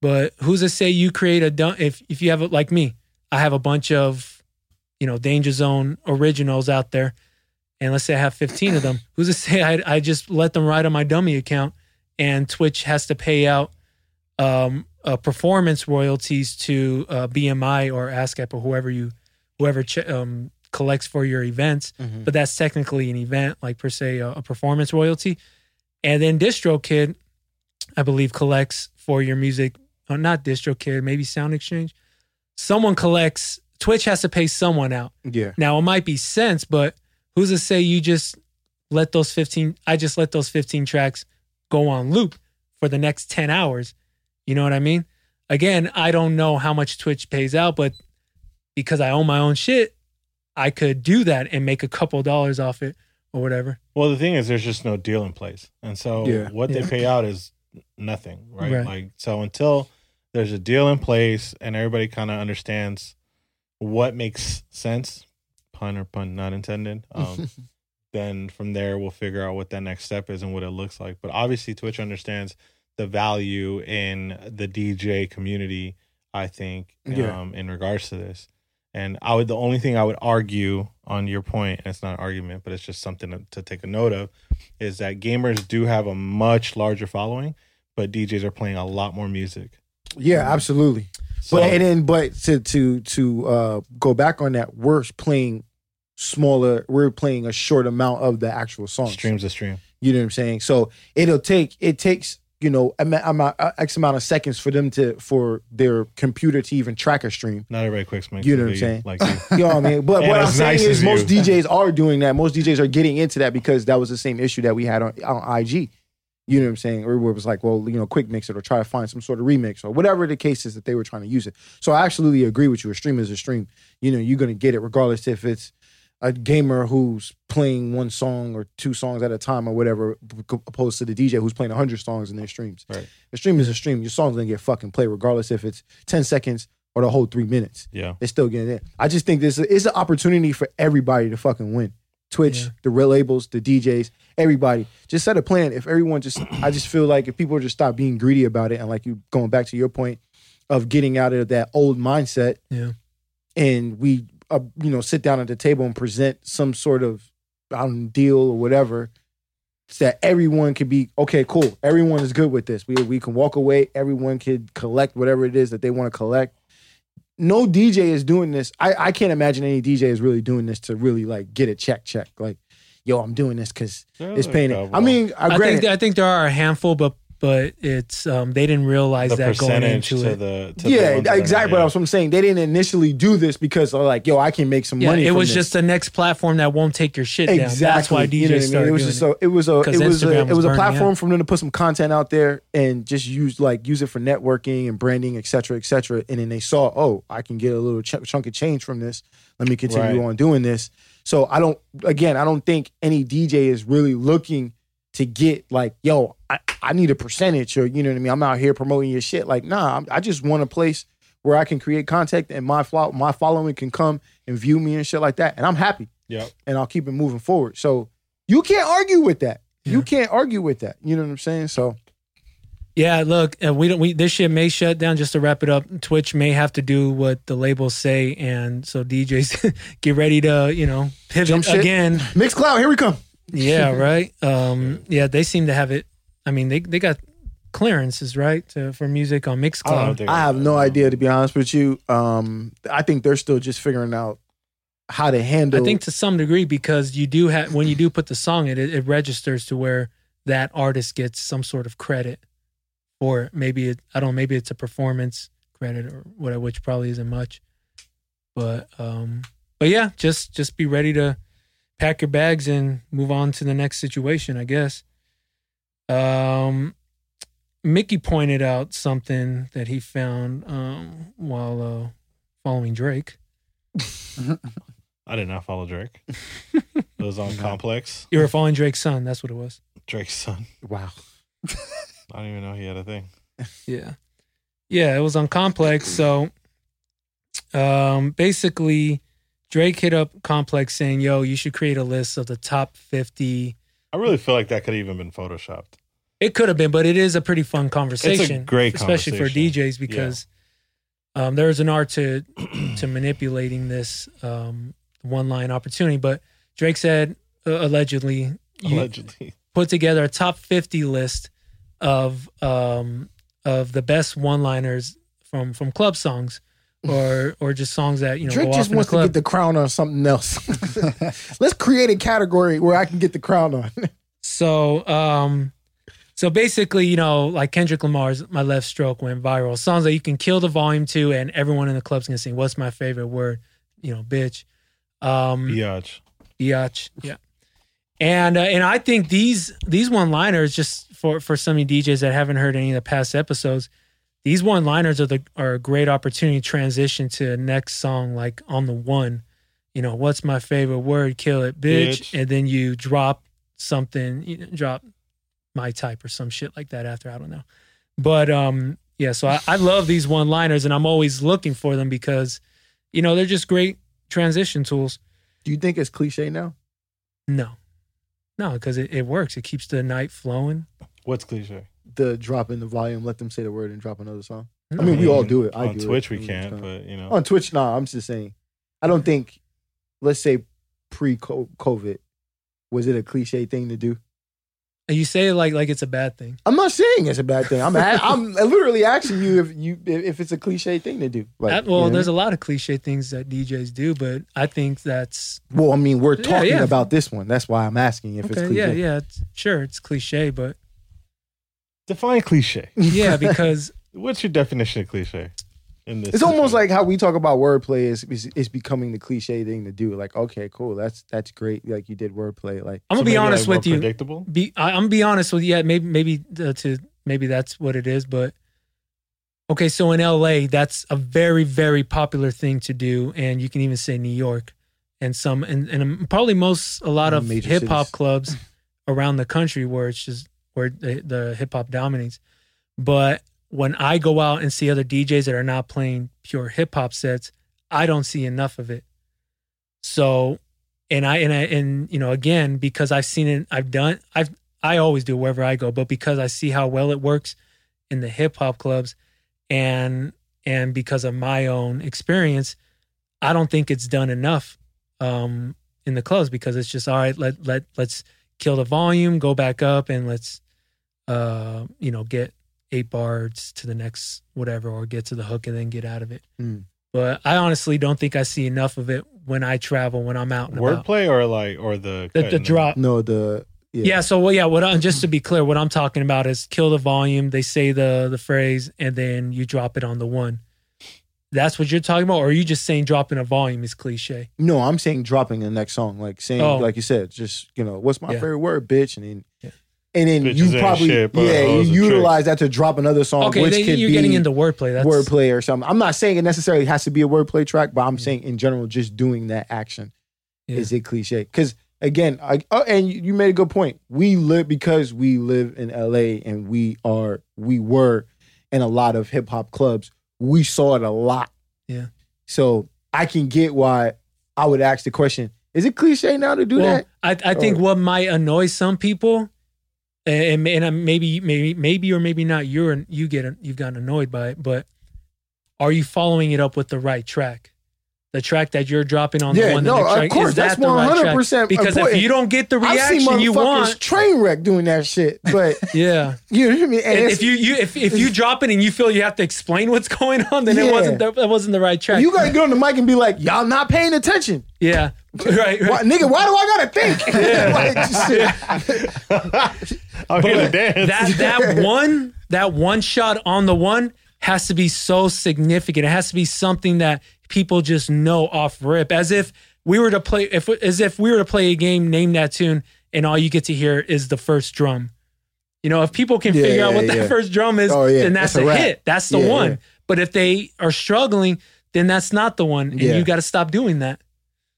but who's to say you create a dun- if if you have a, like me i have a bunch of you know danger zone originals out there and let's say i have 15 of them who's to say i, I just let them ride on my dummy account and twitch has to pay out um, uh, performance royalties to uh, bmi or ascap or whoever you whoever ch- um, collects for your events Mhm. but that's technically an event, like per se, a, a performance royalty. And then DistroKid, I believe, collects for your music. Or not DistroKid, maybe Sound Exchange. Someone collects. Twitch has to pay someone out. yeah, Now it might be cents, but who's to say you just let those fifteen? I just let those fifteen tracks go on loop for the next ten hours. You know what I mean? Again, I don't know how much Twitch pays out, but because I own my own shit, I could do that and make a couple dollars off it or whatever. Well, the thing is, there's just no deal in place, and so Yeah. what Yeah. they pay out is nothing, right? Right. Like so until there's a deal in place and everybody kind of understands what makes sense, pun or pun not intended. Um, then from there we'll figure out what that next step is and what it looks like. But obviously, Twitch understands the value in the DJ community. I think Yeah. um, in regards to this. And I would the only thing I would argue on your point, and it's not an argument, but it's just something to, to take a note of, is that gamers do have a much larger following, but DJs are playing a lot more music. yeah, absolutely. So but and then but to to to uh, go back on that, we're playing smaller. We're playing a short amount of the actual song. streams a stream. You know what I'm saying? So it'll take it takes you know a, ma- a, ma- a x amount of seconds for them to for their computer to even track a stream. Not everybody quick makes You a know what I'm video saying? Like you. You know what I mean? But And what I'm as saying nice is as most you. DJs are doing that. Most DJs are getting into that because that was the same issue that we had on, on IG. You know what I'm saying? Everywhere was like, well, you know, quick mix it or try to find some sort of remix or whatever the case is that they were trying to use it. So I absolutely agree with you. A stream is a stream. You know, you're gonna get it regardless if it's a gamer who's playing one song or two songs at a time or whatever, c- opposed to the DJ who's playing hundred songs in their streams. Right. The stream is a stream. Your song's gonna get fucking played regardless if it's ten seconds or the whole three minutes. Yeah. They're still getting it. I just think this is an opportunity for everybody to fucking win. Twitch, Yeah. the real labels, the DJs, everybody. Just set a plan. If everyone just, I just feel like if people just stop being greedy about it and like you going back to your point of getting out of that old mindset. Yeah. And we, uh, you know, sit down at the table and present some sort of I don't know, deal or whatever. So that everyone can be okay, cool. Everyone is good with this. We we can walk away. Everyone can collect whatever it is that they want to collect no DJ is doing this. I, I can't imagine any DJ is really doing this to really like get a check check. Like, yo, I'm doing this because it's paying it. I mean, I, I Uh, granted, think I think there are a handful, but but it's um they didn't realize the that going percentage into to it. the to yeah, the ones that are- exactly. But that's what I'm saying. They didn't initially do this because they're like, yo, I can make some yeah, money. it from was this. just the next platform that won't take your shit exactly. down. That's why DJs You know what I mean? started It was doing just so it was a 'Cause it was a, Instagram it was was a burning, platform yeah. for them to put some content out there and just use like use it for networking and branding, et cetera, et cetera. And then they saw, oh, I can get a little ch- chunk of change from this. Let me continue Right. on doing this. So I don't again, I don't think any DJ is really looking to get like, yo, I, I need a percentage or you know what I mean. I'm out here promoting your shit. Like, nah, I'm, I just want a place where I can create contact and my flo- my following can come and view me and shit like that. And I'm happy Yep. and I'll keep it moving forward. So you can't argue with that. You can't argue with that. You know what I'm saying? So it. Yeah, look, uh, we don't. We this shit may shut down. Just to wrap it up, Twitch may have to do what the labels say, and so DJs get ready to you know pivot Jump ship. again. Mixcloud, here we come. Yeah, right. Um, yeah, they seem to have it. I mean, they they got clearances right to, for music on I don't know if Mixcloud. they're uh, I gonna have do no that. idea to be honest with you. Um, I think they're still just figuring out how to handle. I think to some degree because you do have when you do put the song in, it, it registers to where that artist gets some sort of credit, or maybe it I don't know, maybe it's a performance credit or whatever, which probably isn't much. But um, but yeah, just just be ready to pack your bags and move on to the next situation, I guess. Um, Mickey pointed out something that he found um, while uh, following Drake. I did not follow Drake. it was on Complex. You were following Drake's son. That's what it was. Drake's son. wow. I don't even know he had a thing. Yeah. Yeah, it was on Complex. So um basically Drake hit up Complex saying, "Yo, you should create a list of the top 50." I really feel like that could have even been photoshopped. It could have been, but it is a pretty fun conversation. great especially conversation. for DJs because um there is an art to to manipulating this um one-line opportunity, but Drake said uh, allegedly you, Allegedly. put together a top 50 list of um of the best one-liners from from club songs or or just songs that you know Drake go off just in a wants to club. get the crown on something else. Let's create a category where I can get the crown on. so um so basically, you know, like Kendrick Lamar's "My Left Stroke" went viral. Songs that you can kill the volume to, and everyone in the club's gonna sing. What's my favorite word? You know, bitch. Um, Biatch. Biatch. Yeah. And uh, and I think these these one liners just for for some of you DJs that haven't heard any of the past episodes, these one liners are the are a great opportunity to transition to the next song like on the one, you know what's my favorite word? Kill it, bitch. Bitch. And then you drop something, you know, drop my type or some shit like that after I don't know, but um yeah. So I, I love these one liners and I'm always looking for them because, you know, they're just great transition tools. Do you think it's cliche now? No, no, because it, it works. It keeps the night flowing. What's cliche? The drop in the volume, let them say the word and drop another song. No. I mean, Mm-hmm. we all do it. I on do it. Twitch we Mm, can't, so. but you know. on Twitch, nah, I'm just saying. I don't think, let's say pre COVID, was it a cliche thing to do? And you say it like like it's a bad thing. I'm not saying it's a bad thing. I'm i I'm literally asking you if you if if it's a cliche thing to do. Like, That- well, there's a lot of cliche things that DJs do, but I think that's well, I mean, we're Yeah, talking yeah. about this one. That's why I'm asking if it's okay. cliche. Yeah, yeah, it's, sure, it's cliche, but Define cliche. yeah, because What's your definition of cliche? In this It's almost like how we talk about wordplay is, is is becoming the cliche thing to do. Like, okay, cool, that's that's great. Like you did wordplay. Like, I'm gonna be honest with you. Predictable. Be I, I'm gonna be honest with you. Yeah, maybe maybe uh, to maybe that's what it is, but okay. So in LA, that's a very very popular thing to do, and you can even say New York. and some and, and probably most a lot of Major hip hop cities. clubs around the country where it's just where the, the hip hop dominates. But when I go out and see other DJs that are not playing pure hip hop sets, I don't see enough of it. So, and I and I and you know again because I've seen it, I've done, I've I always do wherever I go, but because I see how well it works in the hip hop clubs, and and because of my own experience, I don't think it's done enough um, in the clubs because it's just all right. Let let let's kill the volume, go back up, and let's uh, you know get eight bars to the next whatever, or get to the hook and then get out of it. Mm. But I honestly don't think I see enough of it when I travel when I'm out and about. Wordplay or like or the The, cut the and- drop. No, the Yeah. So well, yeah. What I, just to be clear, what I'm talking about is kill the volume. They say the the phrase, and then you drop it on the one. That's what you're talking about, or are you just saying dropping a volume is cliche? No, I'm saying dropping the next song, like saying, Oh. like you said, just you know, what's my Yeah. favorite word, bitch, and then, Yeah. and then Bitches you ain't probably shit, but yeah, you hoes and utilize that to drop another song, okay, Uh, which then could you're be getting into wordplay. That's wordplay or something. I'm not saying it necessarily has to be a wordplay track, but I'm saying in general, just doing that action Yeah. is a cliche. Because again, I, oh, and you you made a good point. We live because we live in LA, and we are we were in a lot of hip hop clubs. We saw it a lot. Yeah. So I can get why I would ask the question: Is it cliche now to do well, that? I, I think Or- what might annoy some people, eh, and and I'm- maybe maybe maybe or maybe not, you're you get you've gotten annoyed by it, but are you following it up with the right track? The track that you're dropping on the Yeah, one no, the next of track course, is that that's the right track? 100% because important. if you don't get the I've reaction seen you motherfuckers want, train wreck doing that shit, but yeah. you know what I mean. And If, it's- if you you if, if you drop it and you feel you have to explain what's going on, then Yeah. it wasn't the, that wasn't the right track. you gotta get on the mic and be like, "Y'all not paying attention." yeah, right. right. Why, nigga, why do I gotta think? Like, shit. I'm here to dance. that that one that one shot on the one has to be so significant. It has to be something that people just know off rip, as if we were to play if as if we were to play a game, name that tune, and all you get to hear is the first drum. You know, if people can Yeah, figure out what yeah, that yeah. first drum is, Oh, yeah. then that's, That's a a, wrap. hit. That's the Yeah, one. yeah. But if they are struggling, then that's not the one, and Yeah. you got to stop doing that.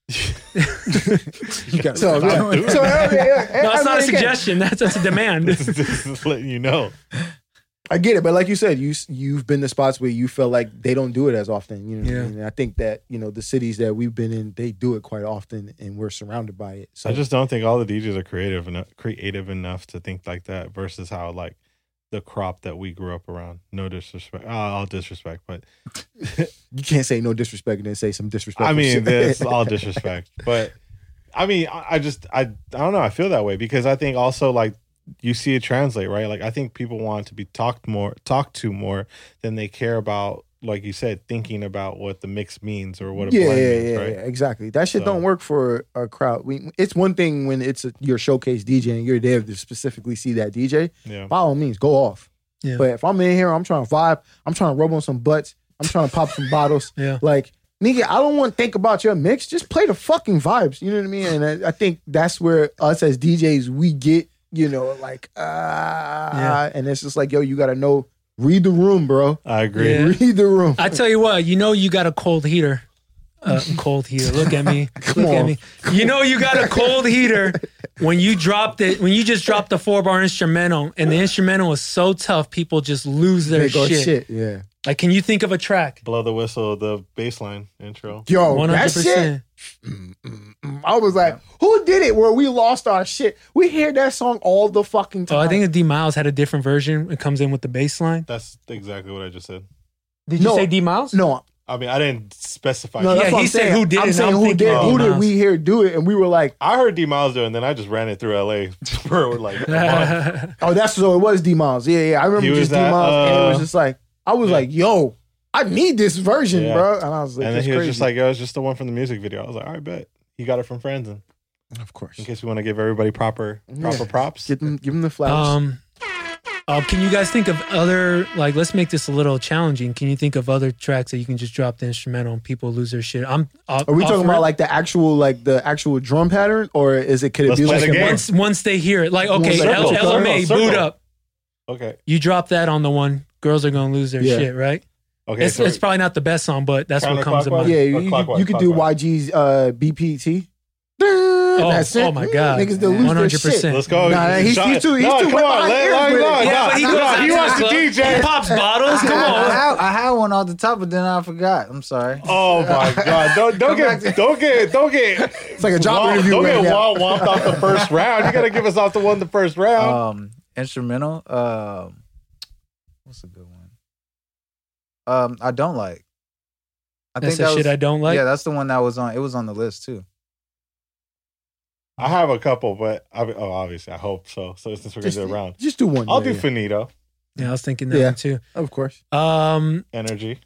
You gotta- so, Stop yeah. doing so okay, yeah, No, I that's not a mean, again, suggestion. That's that's a demand. This is- this is letting you know. I get it, but like you said, you s- you've been to spots where you feel like they don't do it as often. You know, what I Yeah. mean? and I think that you know the cities that we've been in, they do it quite often, and we're surrounded by it. So I just don't think all the DJs are creative enough, creative enough to think like that versus how like the crop that we grew up around. No disrespect, uh, all disrespect, but you can't say no disrespect and then say some disrespect. I mean, this that's all disrespect. But I mean, I, I just, I, I don't know. I feel that way because I think also like you see it translate, right? Like I think people want to be talked more, talked to more than they care about, like you said, thinking about what the mix means or what a yeah, blend yeah, means, yeah, right? yeah, exactly. That shit So- don't work for a crowd. We, it's one thing when it's a, your showcase DJ and you're there to specifically see that DJ. Yeah. by all means, go off. Yeah. But if I'm in here, I'm trying to vibe, I'm trying to rub on some butts, I'm trying to pop some bottles. Yeah. Like, nigga, I don't want to think about your mix. Just play the fucking vibes. You know what I mean? And I, I think that's where us as DJs, we get, you know, like, ah. Yeah. And it's just like, yo, you got to know, read the room, bro. I agree. Yeah. Read the room. I tell you what, you know you got a cold heater. Uh, cold heater. Look at me. Look at on. me. You know you got a cold heater when you dropped it. When you just dropped the four bar instrumental, and the instrumental was so tough, people just lose their They go, shit. Yeah. Like, can you think of a track? Blow the whistle, the baseline intro. Yo, One Oh, that hundred shit. percent. I was like, who did it where we lost our shit? We hear that song all the fucking time. Oh, I think D Miles had a different version. It comes in with the bass line. That's exactly what I just said. Did you No. say D Miles? No, I mean, I didn't specify. No, Yeah, that's what he I'm said saying. who did I'm it, saying and I'm who thinking did who did Miles. we hear do it, and we were like, I heard D Miles do, it, and then I just ran it through LA for like a month. oh, that's so it was D Miles. Yeah, yeah, I remember He was just D that, Miles, and it was uh, just like, I was yeah. like, yo, I need this version, Yeah. bro, and I was like, and then that's he was crazy. just like, "Yo, it's just the one from the music video." I was like, "All right, bet." He got it from friends, and of course, in case we want to give everybody proper proper Yeah. props, give him give him the flowers. um, uh, can you guys think of other like? Let's make this a little challenging. Can you think of other tracks that you can just drop the instrumental and people lose their shit? I'm. uh, Are we talking about like the actual like the actual drum pattern, or is it could it Let's be play like the a game. bunch- once once they hear it, like okay, Circle, L- circle, LMA, circle. boot up. okay. You drop that on the one, girls are gonna lose their Yeah. shit, right? Okay, it's, so it's probably not the best song, but that's what comes to Counterclockwise? mind. Yeah, Or you, you, clockwise, you could do clockwise. YG's uh, BPT. Oh, oh my God. Niggas they'll lose their shit. 100%. let's go. Nah, he's- Shot- he's too- he's no, too come wet on, behind let- ears like, with it. no, Yeah, no, but he no, goes out he to wants the to He DJ. pops bottles. Come I on. had, I had one off the top, but then I forgot. I'm sorry. Oh my god! Don't don't get don't get don't get. It's like a job interview Don't right get now. womp womped off the first round. You gotta give us off the one the first Uh, round. Um, instrumental. Um, what's a good one? Um, I don't like. I That's the was- shit I don't like. Yeah, that's the one that was on. It was on the list too. I have a couple, but I, oh, obviously I hope so. So since we're gonna Just, do a round, just do one. I'll yeah, do finito Yeah, I was thinking that Yeah. one too. yeah. Of course. Um, energy.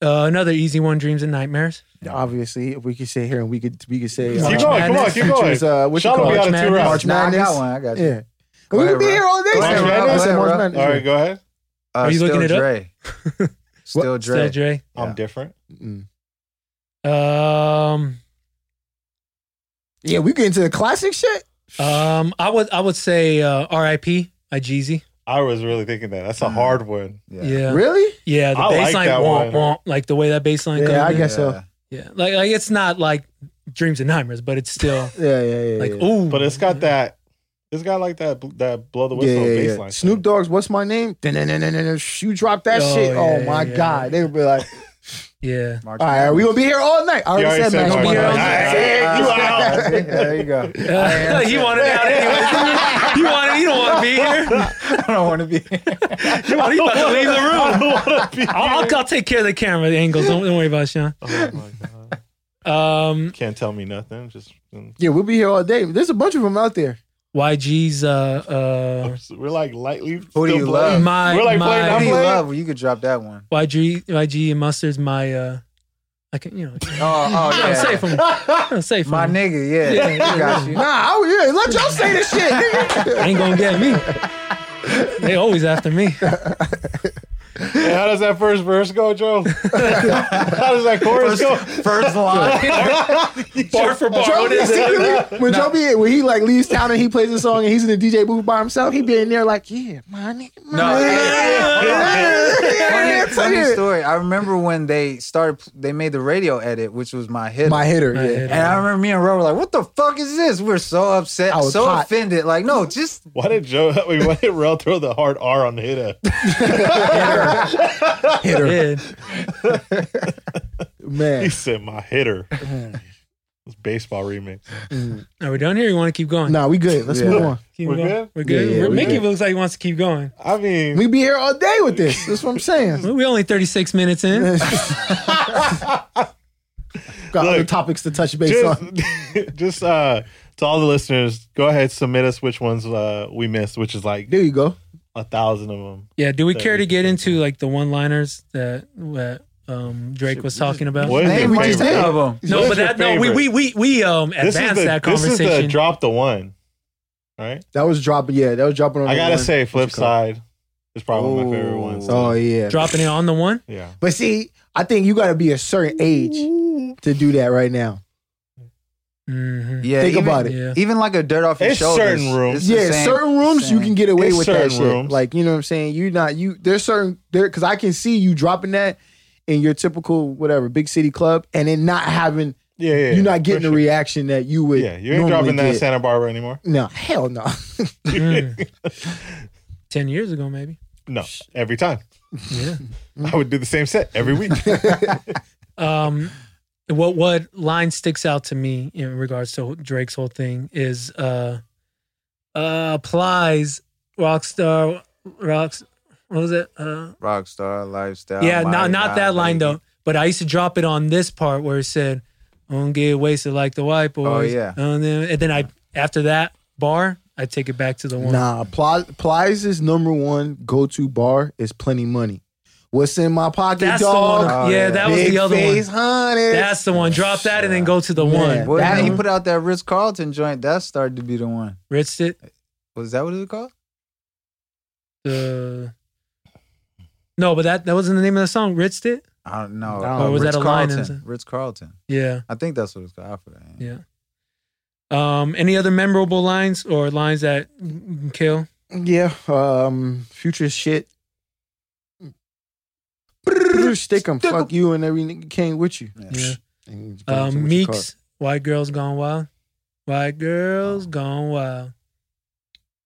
uh, another easy one: Dreams and Nightmares. Obviously, if we could sit here and we could we could say uh, Keep March going, come on, Madness keep going. Features, uh, what you Sean will call be it? out of March two rounds. March Nah, I Madness? got one. I got you. Yeah. Go We could ahead, be bro. here all day. Go ahead, saying bro. March Go Madness, ahead, March bro. Madness. All right, go ahead. Uh, Are you still looking it up? Dre. Oh, still Dre. Still Dre. I'm Yeah. different. Mm. Um, Yeah, we get into the classic shit. um, I would I would say uh, R.I.P. I Jeezy. I was really thinking that. That's a Mm. hard one. Yeah. Yeah, yeah. Really? the I like baseline, that womp, one. womp, like the way that baseline Yeah, goes. I in. guess so. Yeah. Yeah, like, like it's not like Dreams and Nightmares, but it's still Yeah, yeah, yeah. like yeah. ooh. But it's Mm-hmm. got that. It's got like that that blow the yeah, whistle yeah, yeah. baseline. Snoop Dogg's "What's My Name?" Dun, dun, dun, dun, dun, dun. You drop that Oh, shit. yeah, oh yeah, my yeah. god, they would be like, yeah. March "All right, Madness. we gonna be here all night." I already, He already said said, March Magic Madness. Johnson. All Yeah, right, you out. there you go. Uh, he wanted out anyway. You want you don't want to be here. I don't want to be. You want you about to leave the room. Oh, I don't wanna be I'll, I'll, I'll take care of the camera, the angles. Don't, don't worry about it, Sean. here. Oh my god! Um, Can't tell me nothing. Just mm. Yeah, we'll be here all day. There's a bunch of them out there. YG's uh we're like lightly. Who do still you blood. uh love? my We're like playing Who do my you playing- love? You could drop that one. YG YG and Mustard's my uh I can you know Oh, oh I'm yeah. safe from I'm safe My from nigga, yeah, Yeah, I got you. Nah, I, yeah, let y'all say this shit. nigga. ain't gonna get me. They always after me. Hey, how does that first verse go, Joe? how does that chorus go? First line. bar for bar. Joe be secretly- when Joe be when he like leaves town and he plays a song and he's in the DJ booth by himself, he be in there like, yeah, my nigga, my No, nigga." funny, Yeah, funny yeah. story. I remember when they started, they made the radio edit, which was my hit. my hitter, My yeah. hitter. and I remember me and Rob were like, "What the fuck is this?" We're so upset, I was so hot. offended. Like, no, just Why did Joe? Wait, why did Rel throw the hard R on Hita? hitter, Yeah. He man. said, "My hitter." It's baseball remix. Are we done here? You want to keep going? Nah, we good. Let's Yeah. move on. Keep We're going. good? We're good. Yeah, yeah, We're- we Mickey good. looks like he wants to keep going. I mean, We be here all day with this. That's what I'm saying. Well, We're only 36 minutes in. Got other Look, topics to touch base just, on. just uh, to all the listeners, go ahead submit us which ones uh, we missed, which is like There you go. a thousand of them. Yeah. Do we That care to is get good. into like the one-liners that that um, Drake was talking about? What is name your one favorite? of them. No, What's but your that no, we favorite? we we we um This is advanced the that this is conversation. the drop the one, right? That was dropping. Yeah, that was dropping. On I the gotta one. say, flip What you call side is probably one of my favorite Ooh. ones. it? Oh yeah. Dropping it on the one. yeah. But see, I think you got to be a certain age to do that right now. hmm yeah. Think even, about it. Yeah. Even like a dirt off your It's shoulders. certain rooms. it's the Yeah, same- certain rooms you same. can get away It's with that certain shit. rooms. Like you know what I'm saying. You not you. There's certain there because I can see you dropping that in your typical whatever big city club and then not having yeah, yeah, you yeah, not getting the for sure. reaction that you would. Yeah, you ain't normally dropping that in get. Santa Barbara anymore. No, hell no. Mm. Ten years ago, maybe. No, every time Yeah. Mm. I would do the same set every week. um what what line sticks out to me in regards to Drake's whole thing is uh uh applies rockstar rocks what was it uh Rockstar Oh lifestyle. yeah my not not that life. line though but I used to drop it on this part where it said I don't get wasted like the white Oh, boys yeah. and then, and then I after that bar I take it back to the one Nah, Pli- Plies' number one go to bar is plenty money. What's in my pocket, that's dog? the one Oh, yeah, yeah. that was Big the other face, one honey. that's the one drop that and then go to the Yeah. one Well, That now he one. put out that Ritz Carlton joint. That started to be the one. ritzed it Was that what it was called? the no, but that that wasn't the name of the song. Ritzed it. I don't know. No. Or was that a line in Carlton. it? Ritz Carlton. Yeah, I think that's what it's called. I forgot. yeah. Um, any other memorable lines or lines that mm, kill? Yeah, um, future shit. Stick them, fuck you, and every nigga came with you. Yeah. And you Um, what you call it. Meeks, White Girls Gone Wild. White Girls Gone Wild.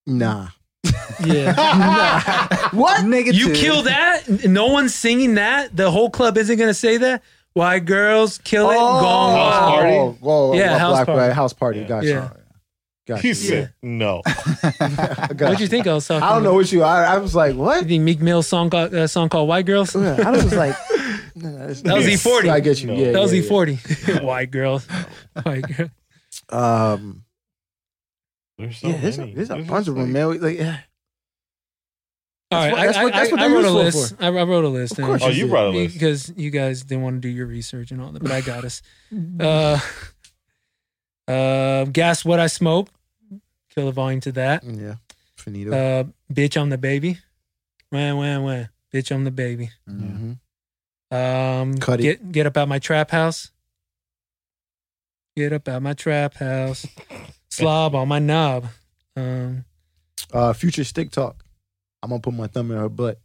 Nah. Yeah. What? Negative. you kill that? N- No one's singing that? The whole club isn't going to say that? White Girls Kill It Gone House Wild. party? Oh, oh, Yeah, oh, house black- party. right, house party. Yeah. Gotcha. Yeah. Gotcha. He said no. Gotcha. What'd you think I was talking I don't know about? what you. I, I was like, what? You think Meek Mill's song called, uh, song called White Girls? Yeah, I was like, no, no, it's- That was it's- E40. I get you. No. Yeah, That was E yeah, E40. White Girls. White Girls. yeah. Um, There's so yeah, there's a, many. there's a There's E bunch just of them, like- man. We- Like, yeah. All right, That's what- I- that's what- I, that's what I, I they're wrote a useful list. I, I wrote a list. Of and- course Oh, you brought a list. because you guys didn't want to do your research and all that, but I got us. uh, uh, guess what I smoke. Kill the volume to that. Yeah. Finito. Uh, bitch, I'm the baby. Wah, wah, wah. Bitch, I'm the baby. Mm. Mhm. Um, Cut it. get get up out my trap house. Get up out my trap house. Slob on my knob. Um, Uh, future stick talk. I'm gonna put my thumb in her butt.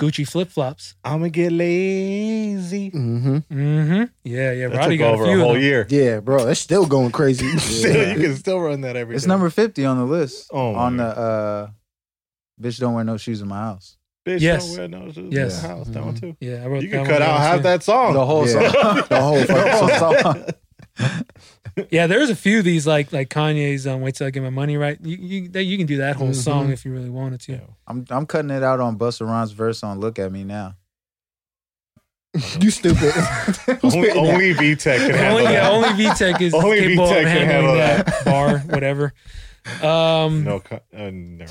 Gucci flip flops. I'm gonna get lazy. Mm-hmm. Mm-hmm. Yeah, yeah. That Roddy took got over a a few. whole of them. year. Yeah, bro, that's still going crazy. Still, you can still run that every It's day. number fifty on the list. Oh my on the God. uh, bitch don't wear no shoes in my house. Bitch, Yes. Don't wear no shoes in Yes. the house. That one too. Yeah, I wrote You that can one cut down, out half too. that song. The whole Yeah. song. the whole fucking song. Yeah, there's a few of these like like Kanye's um wait till I get my money right. You you that, you can do that whole Mhm. song if you really wanted to. Mm-hmm. Yeah. I'm I'm cutting it out on Busta Rhymes verse on "Look at Me Now." you stupid. Who's only spitting that? only VTech can handle Only yeah, that. only VTech is Only capable VTech of can handling handle that. bar whatever. Um, no, co- uh, never. mind.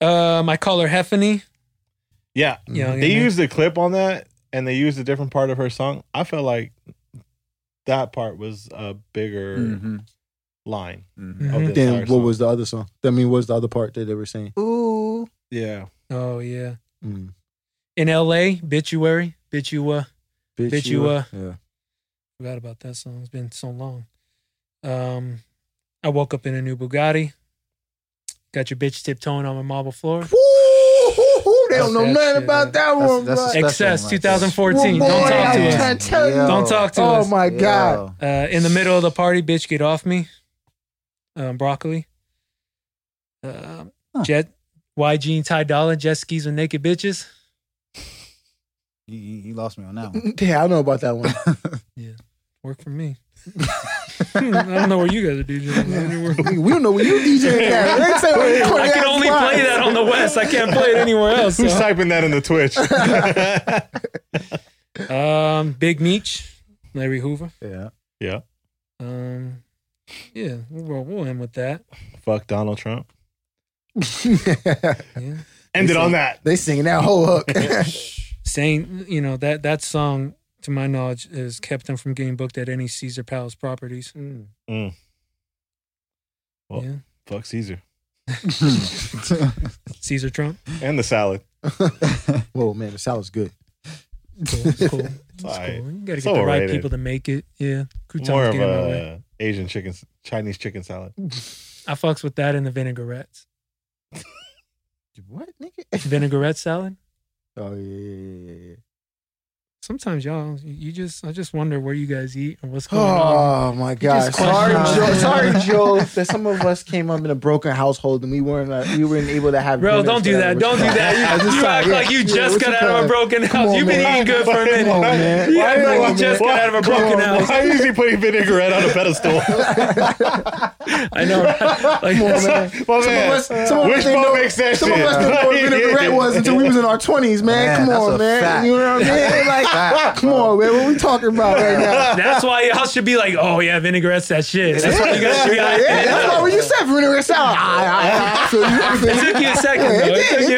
um I call her Heffany. Yeah, You know, Mm-hmm. they used a clip on that, and they used a different part of her song. I felt like that part was a bigger Hmm. Mm-hmm. line. Mhm. Of the Mhm. entire Then what song. was the other song? I mean, what was the other part that they were saying? Ooh, Yeah, Oh yeah, Mm. in L.A. Bituary, Bitua. Bitch, Bitch, you, uh, yeah. Forgot about that song. It's been so long. Um, I woke up in a new Bugatti. Got your bitch tiptoeing on my marble floor. Woo-hoo-hoo, they That's don't know that nothing shit, uh, about man. that That's- one, that's bro. a special Excess one right 2014. Well, Don't boy, talk to I'm us. trying to tell you. Don't talk to Oh us. my Yo. god. Uh, in the middle of the party, bitch, get off me. Um, broccoli. Um Huh. Jet. YG and Ty Dolla jet skis with naked bitches. You, you, you lost me on that one. Yeah, I know about that one. Work for me. I don't know where you guys are DJing. we don't know what you DJing at. They say what you I can only play that on the West. I can't play it anywhere else. who's so. typing that in the Twitch? Um, Big Meech, Larry Hoover. Yeah. Um, yeah, we'll, we'll end with that. Fuck Donald Trump. on. Yeah. Ended on that. they singing that whole hook. saying you know that that song to my knowledge has kept them from getting booked at any caesar palace properties Mm. Well. yeah Fuck Caesar caesar trump and the salad. Whoa, man, the salad's good. cool it's cool, it's all right. cool. you gotta It's get the right overrated. people to make it yeah croutons More of get in my way a Asian chicken, Chinese chicken salad. i fucks with that and the vinaigrettes What, nigga? vinaigrette salad Oh yeah, yeah, yeah, yeah. sometimes y'all you just i just wonder where you guys eat and what's going on Oh my God! just Sorry, questioned Joe. us. Sorry, Joe. That some of us came up in a broken household and we weren't uh, we weren't able to have. Bro, dinners don't do for that. Don't everyone. do I that. You, just you thought, act yeah, like you yeah, just what got you out of call a it? broken house. on, You've been man. eating good for a Come on, minute. man. You Why act did like I- you just got out of a Come broken on, house. Why is he putting vinaigrette on a pedestal? I know. right? Like, Come on, man. My Some of man, us, some of us Which didn't ball know, makes that some shit? of us didn't know what Yeah. vinaigrette was until we was in our twenties, man. Man, come that's a on, man. fact. You know what I mean? Like, Fact, come bro. on, man. What we talking about right now? That's why y'all should be like, oh yeah, vinaigrette's that shit. That's why you guys should be like, Yeah, that's why when you said vinaigrette salad, I, I, I feel you. I feel It you. took you a second Yeah, though. it It did. took you-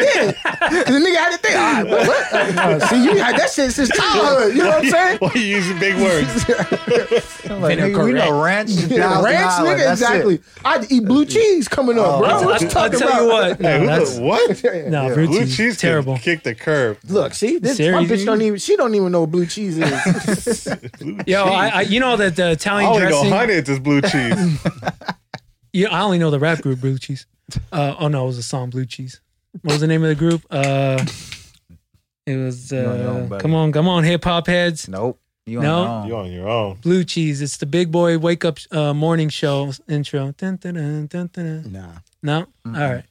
It did. Cause the nigga had to think. All right, what? what? Uh, see, you had that shit since childhood. You know what I'm saying? Why you using big words? Like, nigga, we know ranch. and Yeah, Thousand ranch, Island, nigga, that's it. exactly. I'd eat blue cheese coming up, bro. I'll, What you I'll, I'll talking tell about? you what. Hey, No, who that's the- what? no, blue, Blue cheese, cheese can terrible. Kick the curb. Look, see, this my Serious? bitch don't even. She don't even know what blue cheese is. Blue Yo, cheese. I, I, you know that the I Italian only go dressing. hunted this blue cheese. Yeah, I only know the rap group Blue Cheese. Uh, oh no, it was a song Blue Cheese. What was the name of the group? Uh, It was You on your own, uh, buddy. come on, come on, hip hop heads. Nope. You No. on You your own. on your own. Blue cheese. It's the big boy wake up uh, morning show intro. Dun, dun, dun, dun, dun. Nah. No. Mm-mm. All right.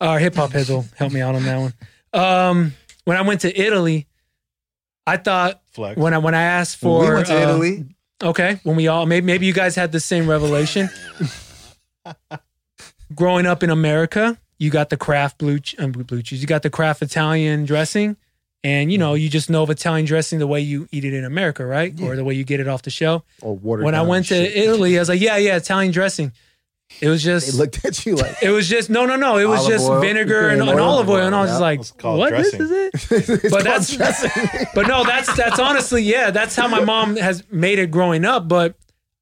Uh, Our hip hop heads will help me out on that one. Um, when I went to Italy, I thought Flex. when I when I asked for we went to uh, Italy. Okay, when we all maybe maybe you guys had the same revelation. Growing up in America, you got the craft blue ch- um, blue cheese. You got the craft Italian dressing, and you know you just know of Italian dressing the way you eat it in America, right? Or the way you get it off the shelf. Or water. When I down went to shit. Italy, I was like, yeah, yeah, Italian dressing. It was just they looked at you like it was just no, no, no. It was Olive just oil. vinegar and, Yeah, and olive olive oil, oil, and I was yeah. just like, It's called "What? This dressing. is it?" it's But called that's- dressing. But no, that's that's honestly, yeah, that's how my mom has made it growing up. But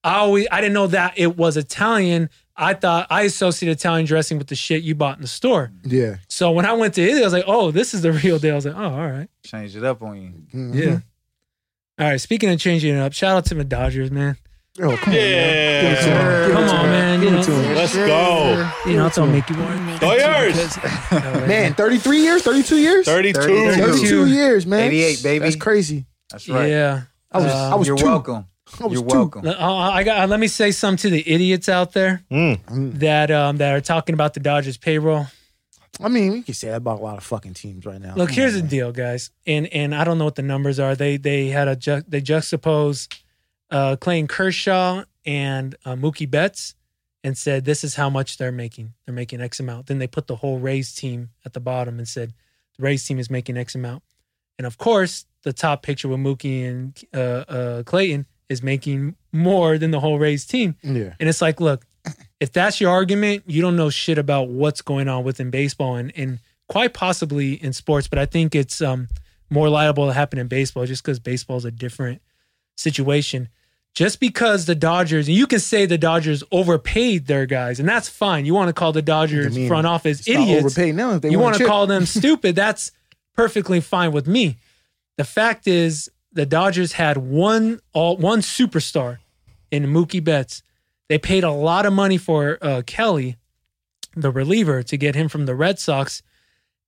I always, I didn't know that it was Italian. I thought I associated Italian dressing with the shit you bought in the store. yeah. So when I went to Italy, I was like, "Oh, this is the real deal." I was like, "Oh, all right, Changed it up on you. Mhm. yeah." All right. Speaking of changing it up, shout out to the Dodgers, man. Oh, come on. Yeah. Give it to him. Give it Come to on, him. man, Give you it to know. him. Let's go. You know, it's on Mickey Oh, Ward. Go yours. Man, 33 years, 32 years? 32. 32. 32 years, man. 88, baby. That's crazy. That's right. Yeah. I was, Uh, I was You're two. welcome. I was You're two. welcome. Let- I I got. uh, Let me say something to the idiots out there Mm. that um, that are talking about the Dodgers payroll. I mean, we can say that about a lot of fucking teams right now. Look, Oh, Come here's on, the man. deal, guys, and and I don't know what the numbers are. They they had a ju- they juxtapose uh, Clayton Kershaw and uh, Mookie Betts and said this is how much they're making. They're making X amount. Then they put the whole Rays team at the bottom and said the Rays team is making X amount. And of course, the top picture with Mookie and uh, uh, Clayton is making more than the whole Rays team. Yeah. And it's like, look, if that's your argument, you don't know shit about what's going on within baseball and, and quite possibly in sports, but I think it's um, more liable to happen in baseball just because baseball's a different situation. Just because the Dodgers, and you can say the Dodgers overpaid their guys, and that's fine. You want to call the Dodgers mean, front office Stop idiots overpaying now if they you want to call them stupid, that's perfectly fine with me. The fact is, the Dodgers had one all one superstar in Mookie Betts. They paid a lot of money for uh, Kelly, the reliever, to get him from the Red Sox,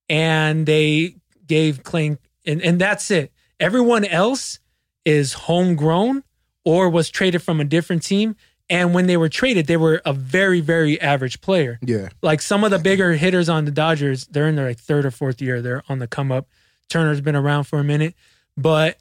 and they gave Clayton, and, and that's it. Everyone else is homegrown or was traded from a different team. And when they were traded, they were a very, very average player Yeah. like some of the bigger hitters on the Dodgers, they're in their like third or fourth year. They're on the come up. Turner's been around for a minute, but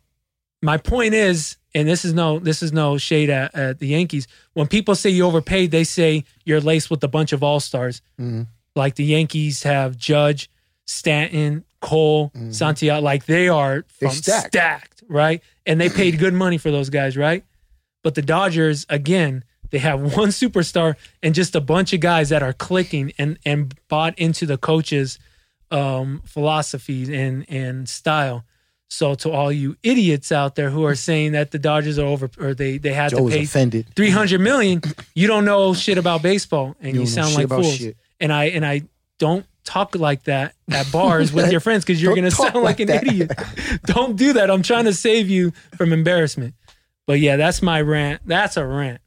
my point is, and this is no this is no shade at, at the Yankees. When people say you overpaid, they say you're laced with a bunch of all stars. Mhm. Like the Yankees have Judge, Stanton, Cole, Santiago. Like they are Mm-hmm. They're from- stacked. stacked, right? And they paid good money for those guys, right? But the Dodgers, again, they have one superstar and just a bunch of guys that are clicking and and bought into the coach's um, philosophies and and style. So to all you idiots out there who are saying that the Dodgers are over or they they had Joe to was pay offended. three hundred million, you don't know shit about baseball and you, don't know sound shit like about fools. shit. And I and I don't talk like that at bars with your friends because you're Don't gonna talk sound like, like an that. idiot. don't do that. I'm trying to save you from embarrassment. But yeah, that's my rant. That's a rant.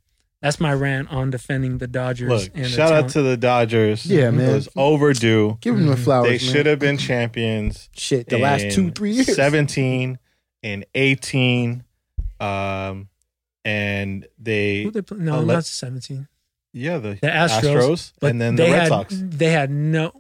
That's my rant on defending the Dodgers. Look, and shout their out to the Dodgers. Yeah, man. It was overdue. Give them the flowers. Mm-hmm. They man. should have been champions. Shit, the last in two, three years. 17 and 18. Um, and they, Who they play? No, I'll let- not 17. yeah, the, The Astros. But and then they the Red had, Sox. They had no.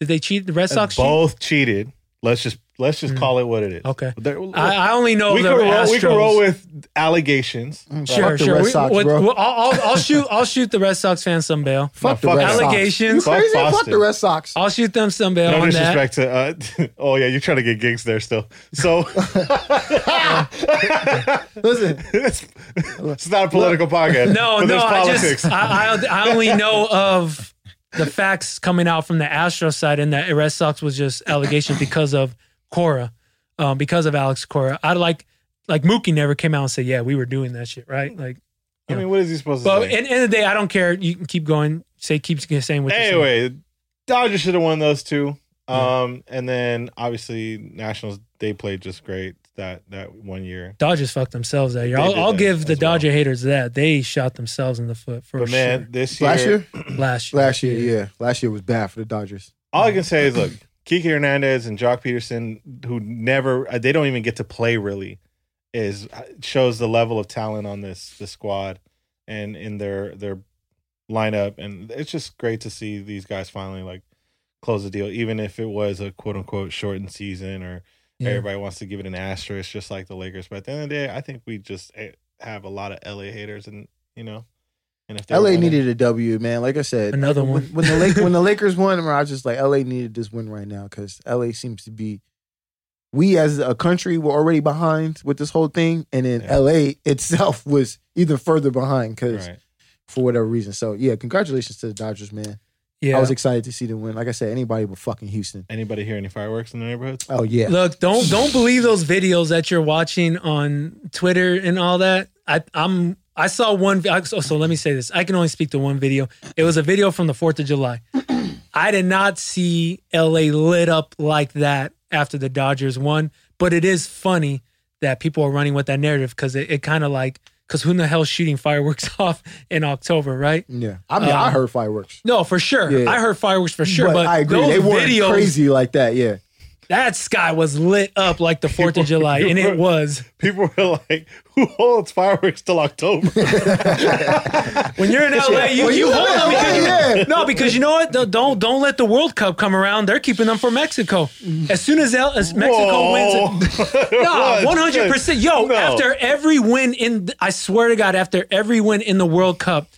Did they cheat? The Red Sox cheat? both cheated. Let's just let's just Mm. call it what it is. Okay. They're- I, I only know we, the can roll, Astros. we can roll with allegations. Mm, Sure, Fuck the sure. Red We- Sox, what- bro. what- I'll, I'll, I'll shoot. I'll shoot the Red Sox fans some bail. Fuck No, the fuck Red Sox. Allegations. You crazy? Fuck Fuck the Boston. Red Sox. I'll shoot them some bail No on that. disrespect to. Uh, oh yeah, you're trying to get gigs there still. So Listen, it's, it's not a political podcast. No, but no. there's I politics. just I, I I only know of the facts coming out from the Astros side, and that Red Sox was just allegations because of Cora, um, because of Alex Cora. I like like Mookie never came out and said, "Yeah, we were doing that shit," right? Like, I mean, what is he supposed to but say? at the end of the day, I don't care. You can keep going. Say keep saying what you're saying. anyway, Dodgers should have won those two. Um, and then obviously Nationals they played just great that that one year. Dodgers fucked themselves that year. They I'll, did I'll that give the as well. Dodger haters that they shot themselves in the foot for But man, this year, last year, sure. Last year, last year, yeah, last year was bad for the Dodgers. all I can say is look, Kiki Hernandez and Jock Peterson, who never uh, they don't even get to play really, is uh, shows the level of talent on this the squad and in their their lineup, and it's just great to see these guys finally like close the deal, even if it was a quote unquote shortened season or Yeah. everybody wants to give it an asterisk, just like the Lakers. But at the end of the day, I think we just eh, have a lot of LA haters, and you know, and if they LA win it- needed a W, man. Like I said, Another when- one. When, the Lake, when the Lakers won, I was just like, LA needed this win right now because LA seems to be. We as a country were already behind with this whole thing, and then Yeah. LA itself was even further behind because right. for whatever reason. So yeah, congratulations to the Dodgers, man. Yeah. I was excited to see them win. Like I said, anybody but fucking Houston. Anybody hear any fireworks in the neighborhoods? Oh yeah, Look, don't don't believe those videos that you're watching on Twitter and all that. I I'm I saw one. vi- So, so let me say this. I can only speak to one video. It was a video from the Fourth of July. I did not see L.A. lit up like that after the Dodgers won, but it is funny that people are running with that narrative because it, it kind of like because who in the hell's shooting fireworks off in October, right? yeah. I mean, I Um, heard fireworks. No, for sure. Yeah. I heard fireworks for sure, but, I agree. those They weren't videos, crazy like that. Yeah, that sky was lit up like the Fourth of July, and it was. People were like, "Who holds fireworks till October?" When you're in LA, you, When you, you hold it live in because LA, you- yeah. no, because you know what? Don't- Don't don't let the World Cup come around. They're keeping them for Mexico. As soon as, El, as Mexico wins, no, one hundred percent. Yo, No. after every win in, th- I swear to God, after every win in the World Cup,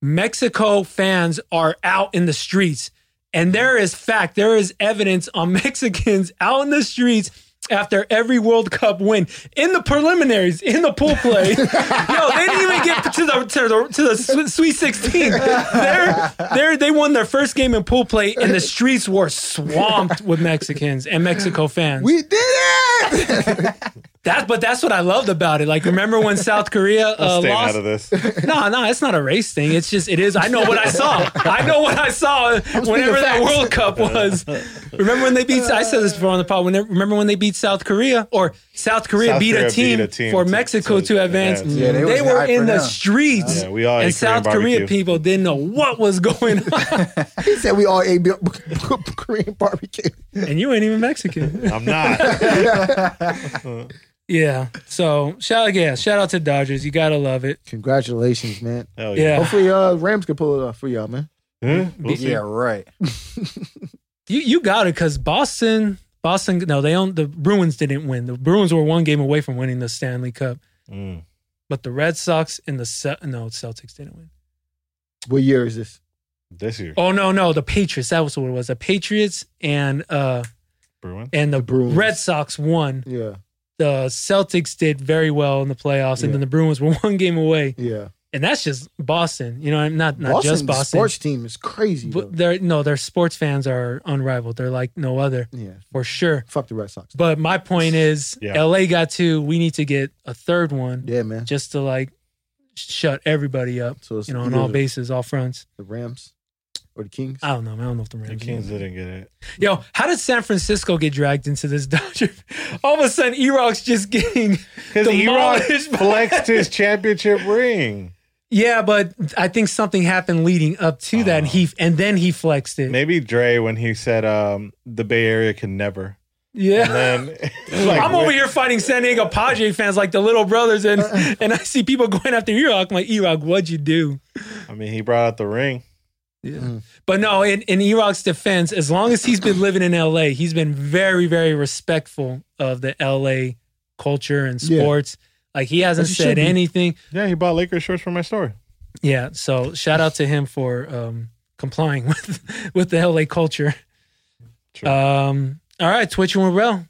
Mexico fans are out in the streets, and there is fact, there is evidence on Mexicans out in the streets. After every World Cup win in the preliminaries, in the pool play, yo, they didn't even get to the to the, to the Su- Sweet Sixteen. They're, they're, they won their first game in pool play, and the streets were swamped with Mexicans and Mexico fans. we did it. That's but that's what I loved about it. Like, remember when South Korea uh, Staying lost? out of this. No, no, it's not a race thing. It's just it is. I know what I saw. I know what I saw. Whenever that facts. World Cup was, remember when they beat? I said this before on the pod. Whenever, remember when they beat South Korea or South Korea, South beat, a Korea beat team a team for to- Mexico to to, advance? advance. Yeah, they, they was were hype in for the them. streets, Yeah, we all and ate Korean South Korea barbecue. people didn't know what was going on. he said we all ate b- Korean barbecue. and you ain't even Mexican. I'm not. Yeah. So shout yeah, shout out to Dodgers. You gotta love it. Congratulations, man. Hell Yeah. yeah. Hopefully, uh, Rams can pull it off for y'all, man. Huh? We'll see. Yeah, right. You you got it because Boston, Boston. No, they don't. The Bruins didn't win. The Bruins were one game away from winning the Stanley Cup, Mm. but the Red Sox and the Ce- no Celtics didn't win. What year is this? This year, Oh no, no, the Patriots. That was what it was. The Patriots and uh Bruin. and the, The Bruins. Red Sox won. Yeah, The Celtics did very well in the playoffs, and Yeah. then the Bruins were one game away. yeah. And that's just Boston. You know, I'm not not Boston, just the Boston. sports team is crazy. but Though. they're no, their sports fans are unrivaled. They're like no other Yeah, for sure. fuck the Red Sox. But my point is, Yeah. LA got two. We need to get a third one Yeah, man. just to like shut everybody up, So it's you know, on either all Uh, the- bases, all fronts. the Rams or the Kings. I don't know. Man. I don't know if the The Rams. Kings didn't get it. Yo, how did San Francisco get dragged into this Dodger? All of a sudden, E-Rock's just getting. Because Erod Demolished by- flexed his championship ring. Yeah, but I think something happened leading up to that, and he and then he flexed it. Uh, Maybe Dre when he said um, the Bay Area can never. yeah. And then it's like, I'm over here fighting San Diego Padre fans like the little brothers, and and I see people going after E-Rock. I'm like, E-Rock, what'd you do? I mean, he brought out the ring. But no, in, in Eroc's defense, as long as he's been living in LA, he's been very, very respectful of the LA culture and Yeah. sports. Like he hasn't As he should said be. anything. Yeah, he bought Lakers shorts for my store. Yeah. So shout out to him for um, complying with with the LA culture. True. Um, all right, Twitch and Rel.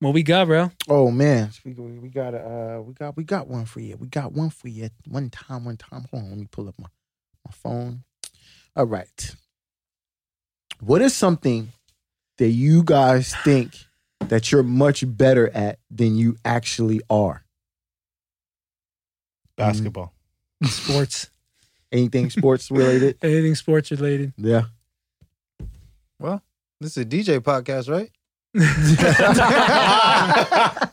What we got, bro? Oh man, we, we we got a uh, we got we got one for you. We got one for you. One time, one time. Hold on, let me pull up my my phone. All right. What is something that you guys think that you're much better at than you actually are? Basketball. Sports. Anything sports related? Anything sports related. Yeah. Well, this is a DJ podcast, right?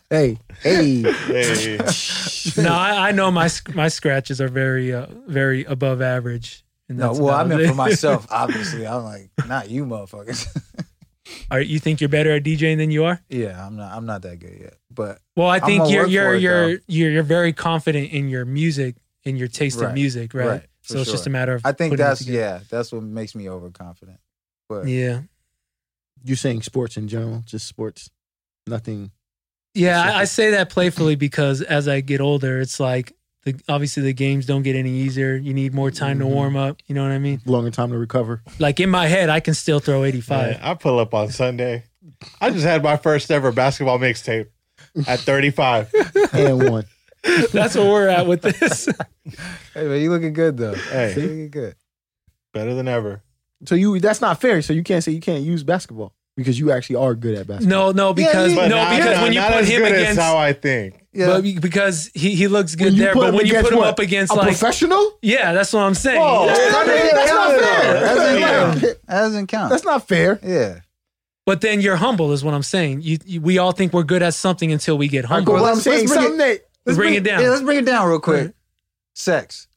Hey, hey. Hey. No, I, I know my sc- my scratches are very uh, very above average. and No, that's well, I about meant for it. myself, obviously. I'm like, not you motherfuckers. Are you think you're better at DJing than you are? Yeah, I'm not. I'm not that good yet. But Well, I I'm think gonna you're work you're for it, you're, though. you're you're very confident in your music in your taste of Right, music, right? right, for so it's just sure. a matter of I think putting it that's together. yeah. That's what makes me overconfident. But yeah. You saying sports in general, just sports, nothing. Yeah, Sure. I, I say that playfully because as I get older, it's like the obviously the games don't get any easier. You need more time Mhm. to warm up. You know what I mean? Longer time to recover. Like in my head, I can still throw eighty five. Man, I pull up on Sunday. I just had my first ever basketball mixtape at 35. and one. That's where we're at with this. hey, man, you looking good though. Hey. you looking good. Better than ever. So you that's not fair. So you can't say you can't use basketball because you actually are good at no, basketball. no, because But no, not- because not- when you not put as him good as against, how I think. Yeah, but be- because he, he looks When good you there, put but him when you against put him what? up against a like, professional. yeah, that's what I'm saying. That's not fair. That's not fair. Yeah. That's not fair. doesn't count. That's not fair. yeah. But then you're humble, is what I'm saying. You, you, we all think we're good at something until we get humble. But Well, I'm let's- saying let's bring something that Let's bring it down. Yeah, let's bring it down real quick. Sex.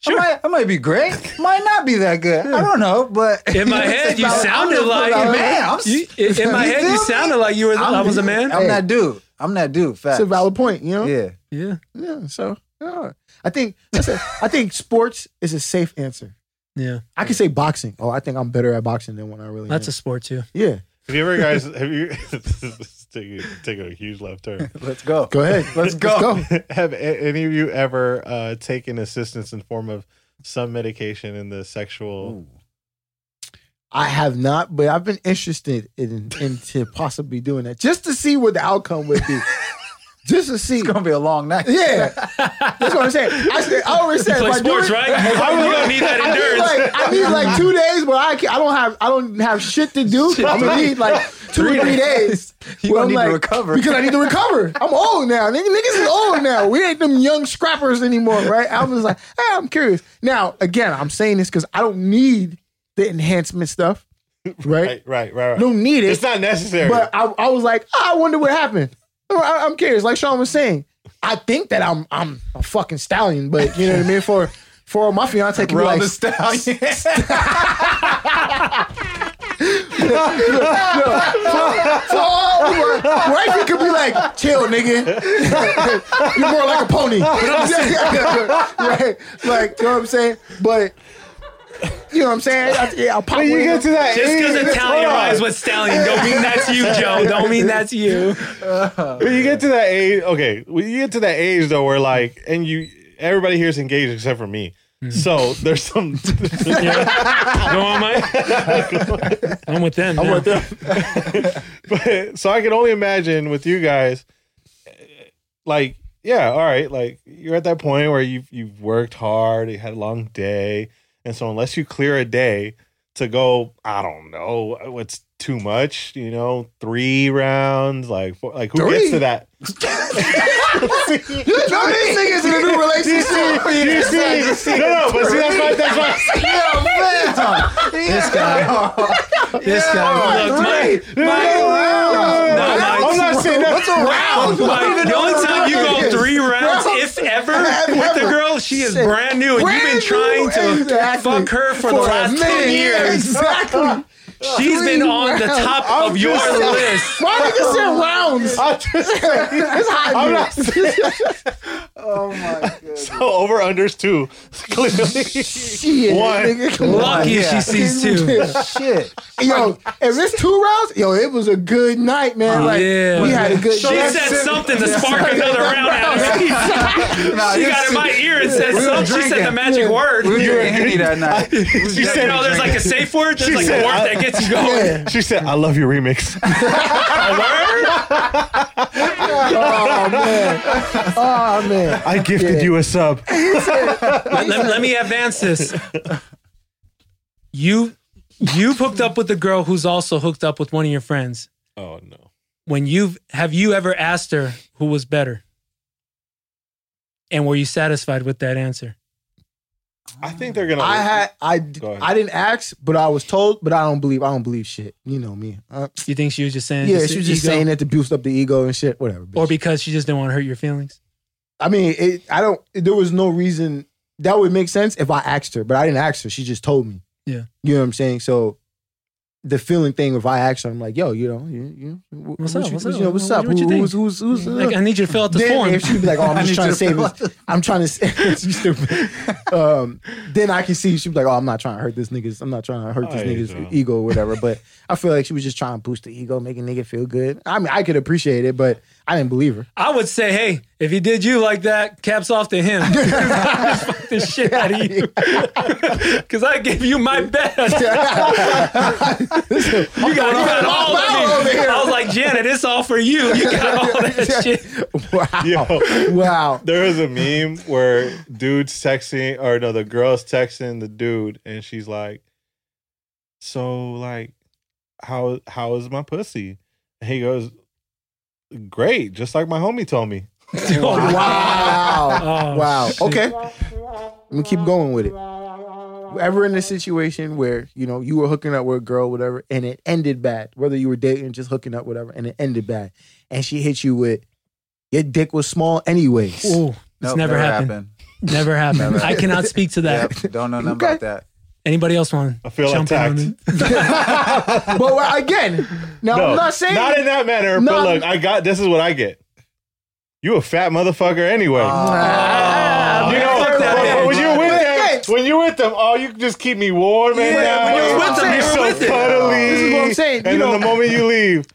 Sure. I might, I might be great. Might not be that good. I don't know, but In my head, you I'm sounded just like- a man. I'm, s- You- in in my You head, feel you me? sounded like you were. i was a man. I'm Hey. that dude. I'm that dude. Facts. it's a valid point. You know. Yeah. yeah, Yeah. So yeah. I think that's it. I think sports is a safe answer. yeah. I can say boxing. Oh, I think I'm better at boxing than when I really. That's am. a sport too. yeah. Have you ever guys have you taking a huge left turn? Let's go. Go ahead. Let's go. Have a- any of you ever uh, taken assistance in form of some medication in the sexual? Ooh. I have not, but I've been interested in into possibly doing that just to see what the outcome would be. just to see. It's gonna be a long night. Yeah, that's what I'm saying. I, said, I always said Play if I do sports, it- right? if I You do don't it- need that I need, endurance. like, I need like two days, but I can, I don't have I don't have shit to do. I'm gonna need like two or three days. You where gonna I'm need to like- recover. because I need to recover. I'm old now. Nigga, niggas is old now. We ain't them young scrappers anymore, right? I was like, hey, I'm curious. Now, again, I'm saying this because I don't need the enhancement stuff, right? Right, right, right. right. Don't need it. it's not necessary. But I, I was like, "Ah, I wonder what happened. I, am curious. Like Sean was saying, I think that I'm I'm a fucking stallion, but you know what I mean. For for my fiance, can be like, stallion. for all we were- wifey could be like, chill, nigga. You're more like a pony. right? Like you know what I'm saying. But you know what I'm saying. I, yeah, I'll pop. When you one get of to them. that Just age, because it's Italian hard. rhymes with stallion, don't mean that's you, Joe. Don't mean that's you. When you get to that age, okay, when you get to that age though, where like, and you, everybody here is engaged except for me. So there's some. Go on, Mike. I'm with them. now. but so I can only imagine with you guys, like, yeah, all right, like you're at that point where you've you've worked hard, you had a long day, and so unless you clear a day to go, I don't know, what's too much, you know, three rounds, like four, like who gets Three? to that? You know these niggas in a new relationship. You see, no, no, but see, that's why, that's why, This guy. This guy. Look, Mike. No, Mike. I'm not saying What's a that. round? Mike, the only time you go three rounds, if ever, with the girl, she is Shit. brand new, and you've been Brand trying new, to exactly. fuck her for, the a last ten minute. years. Exactly. She's been Three on the rounds. top I'm of your just saying. list. Why niggas said rounds? I'm just saying. It's hot. I'm in not here. oh my goodness. So over unders too. Clearly, Shit, One. nigga, come on. Lucky Yeah. she sees two. Shit. Yo, if it's two rounds, yo, it was a good night, man. Like, Oh, Yeah. we had a good She night. said something to spark another round out of me. Nah, She this got in is- my ear and said We were something. She said the drinking. magic word. We were You drinking Henny that night. We was She said- know, definitely there's like a safe word. There's like a said, word I- that gets you going. she said, "I love your remix." A word? Oh, man. Oh, man. I gifted you a sub. Let, let- let me advance this. You you hooked up with a girl who's also hooked up with one of your friends. Oh no. When you've have you ever asked her who was better? And were you satisfied with that answer? I think they're gonna. I had I Go ahead. I didn't ask, but I was told. But I don't believe I don't believe shit. You know me. Uh, You think she was just saying? yeah, just she was just ego? saying that to boost up the ego and shit. Whatever. or bitch. because she just didn't want to hurt your feelings. I mean, it, I don't. There was no reason that would make sense if I asked her, but I didn't ask her. She just told me. Yeah. you know what I'm saying. So the feeling thing. If I ask him, like, yo, you know, you, you, wh- What's what up? you- What's what up? you know, what's What- up? what you Who- think? Who's who's who's? uh, Like I need you to fill out the then form. if she'd be like, "Oh, I'm I just need trying you to to save fill his, out the- I'm trying to save you stupid." um, then I can see she'd be like, "Oh, I'm not trying to hurt this nigga's. I'm not trying to hurt this Alright, nigga's so. ego or whatever." But I feel like she was just trying to boost the ego, make a nigga feel good. I mean, I could appreciate it, but I didn't believe her. I would say, hey, if he did you like that, caps off to him. I just fucked the shit out of you because I gave you my best. You Listen, I'm got, you going got all all out of over me. here. I was like, Janet, it's all for you. You got all that shit. Wow. Yo. Wow. There was a meme where dude's texting, or no, the girl's texting the dude, and she's like, "So like, how how is my pussy?" And he goes, "Great, just like my homie told me." Wow. Oh, Wow. shit. Okay. I'm gonna keep going with it. Ever in a situation where you know you were hooking up with a girl, whatever, and it ended bad. Whether you were dating, just hooking up, whatever, and it ended bad, and she hit you with your dick was small anyways. Ooh, it's Nope, never, happened. Never happened. Never I cannot speak to that. Yep, don't know nothing Okay. about that. Anybody else want I to feel jump attacked. in on it? but well, again, now I'm not saying not in that manner. No. But look, I got this. Is what I get. You a fat motherfucker anyway. Ah, you know, man, fuck that but- man. but when you with them, Again, when you with them, oh, you can just keep me warm and Yeah, now when you with them, you're you're so with it. cuddly. This is what I'm saying, And you then know- the moment you leave,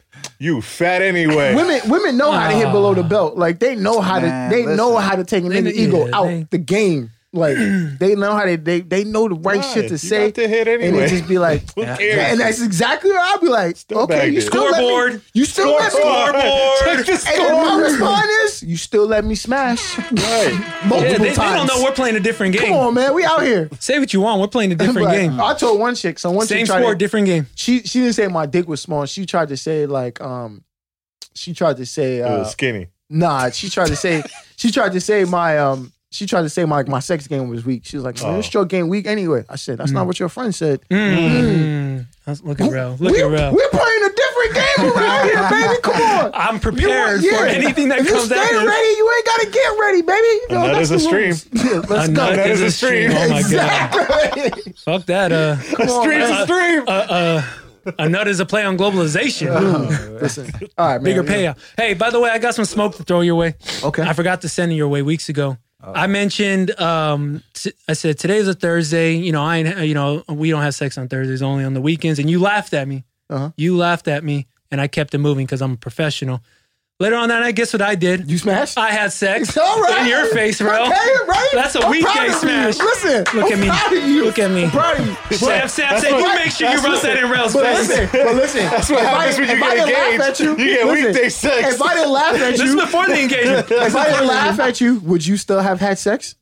you fat anyway. Women, women know how to hit below the belt. Like they know how Man, to, they know listen. how to take an They nigga kn- ego yeah, out they- the game. Like they know how to, they they know the right Why? shit to You say, got to hit and anyway. it just be like, Who Yeah. cares? and that's exactly what I'll be like. Still okay, bagged you it. still let me- Scoreboard. you still let me, Check the And then my score. response is, you still let me smash Right. multiple Yeah, they, they don't times. know we're playing a different game. Come on, man, we out here. Say what you want. We're playing a different Like, game. I told one chick, so one Same chick tried sport, to, different game. she she didn't say my dick was small. She tried to say like um, she tried to say It uh, was skinny. Nah, she tried to say she tried to say my um she tried to say my my sex game was weak. She was like, Oh. "Man, it's your game weak anyway." I said, "That's not what your friend said." Mm. That's- Look at Ro. Mm, Look we, at Ro. We're playing a different game around here, baby. Come on. I'm You prepared want- yeah. for anything that if comes you at stay me. ready, you ain't gotta get ready, baby. You know, And that that's is a the rules. Yeah, let's A nut go. That is a stream. Oh my god. Exactly. Fuck that. Uh, Stream's a stream. uh, uh, a nut is a play on globalization. Oh, Listen, all right, man. Bigger payout. Hey, by the way, I got some smoke to throw your way. Okay. I forgot to send it your way weeks ago. I mentioned, um, t- I said today's a Thursday. You know, I ain't, you know, we don't have sex on Thursdays, only on the weekends. And you laughed at me. Uh-huh. You laughed at me, and I kept it moving because I'm a professional. Later on that night, guess what I did? You smashed. I had sex all right. in your face, bro. Okay, right? That's a I'm weekday proud of you. smash. Listen, Look I'm at me. Proud of you. Look at me. I'm proud of you. Sam, Sam, Sam, you make sure you rub that in Rel's But face. listen, but listen. That's what happens when you get engaged. you, You get weekday sex. If I didn't laugh at This is you, before the engagement. if I didn't laugh at you, would you still have had sex?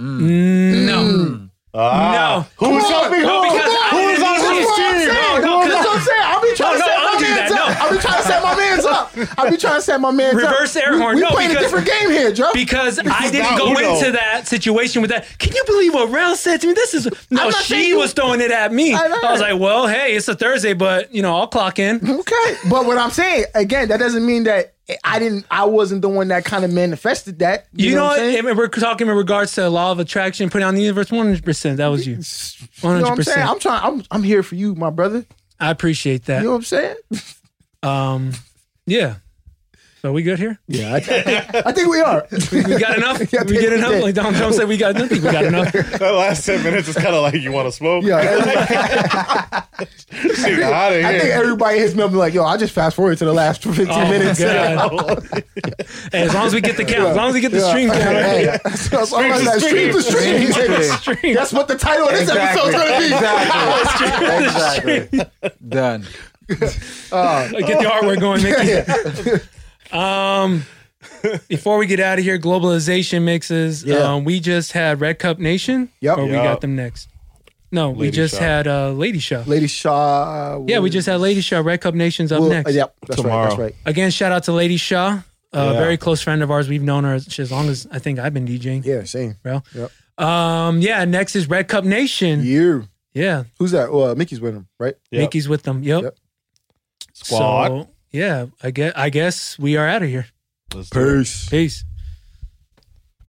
No. Ah. Who's Come on. helping who? No, because I Who's didn't on do That's whose what I'm team? saying. No, no, That's what I'm saying. I'll be trying No, to no, set my I'll do man's that. up. I'll be trying to set my man's up. I'll be trying to set my man's up. Reverse air We- horn. We No, playing a because- different game here, Joe. Because I didn't not go Uno. into that situation with that. Can you believe what Rel said to me? This is no. I'm not She saying you- was throwing it at me. I, I know. was like, well, hey, it's a Thursday, but you know, I'll clock in. Okay, but what I'm saying again, that doesn't mean that I didn't, I wasn't the one that kind of manifested that. You, know, what what? I'm saying? And we're talking in regards to law of attraction, putting on the universe. One hundred percent. That was you. One You know hundred what I'm saying? percent. I'm trying. I'm, I'm here for you, my brother. I appreciate that. You know what I'm saying? Um, yeah. So we good here? Yeah, I, I think, I think we are. We got enough. Yeah, I we think get we enough. did. Like Donald Trump said, we got nothing. We got enough. That last 10 minutes is kind of like, you want to smoke? Yeah, everybody- Shit, out of here. I think everybody hits me up and be like, yo, I just fast forward to the last 15 Oh, minutes. God. Hey, as long as we get the count, as long as we get the Yeah. stream count. Hey, so- so I'm Streams like, to Stream to stream. stream. He said, Stream. That's what the title of this episode's gonna be. Exactly. exactly. Done. Get Oh. the artwork going, Mickey. Um, before we get out of here, globalization mixes. Yeah. Um, we just had Red Cup Nation. Yep. Or we Yup. got them next. No, we Lady just Shaw. had uh, Lady Show. Lady Shaw. uh, yeah, we just had Lady Shaw. Red Cup Nation's up Well, next. uh, Yep, that's right. Tomorrow. That's right. Again, shout out to Lady Shaw, a Yeah. very close friend of ours. We've known her as as long as I think I've been DJing. Yeah, same. Bro. Yep. Um, yeah, next is Red Cup Nation. Yeah. You. Who's that? Well, uh, Mickey's with him, right? Yep. Mickey's with them. Yep. Yep. Squad. So, yeah, I guess, I guess we are out of here. Let's do it. Peace. Peace.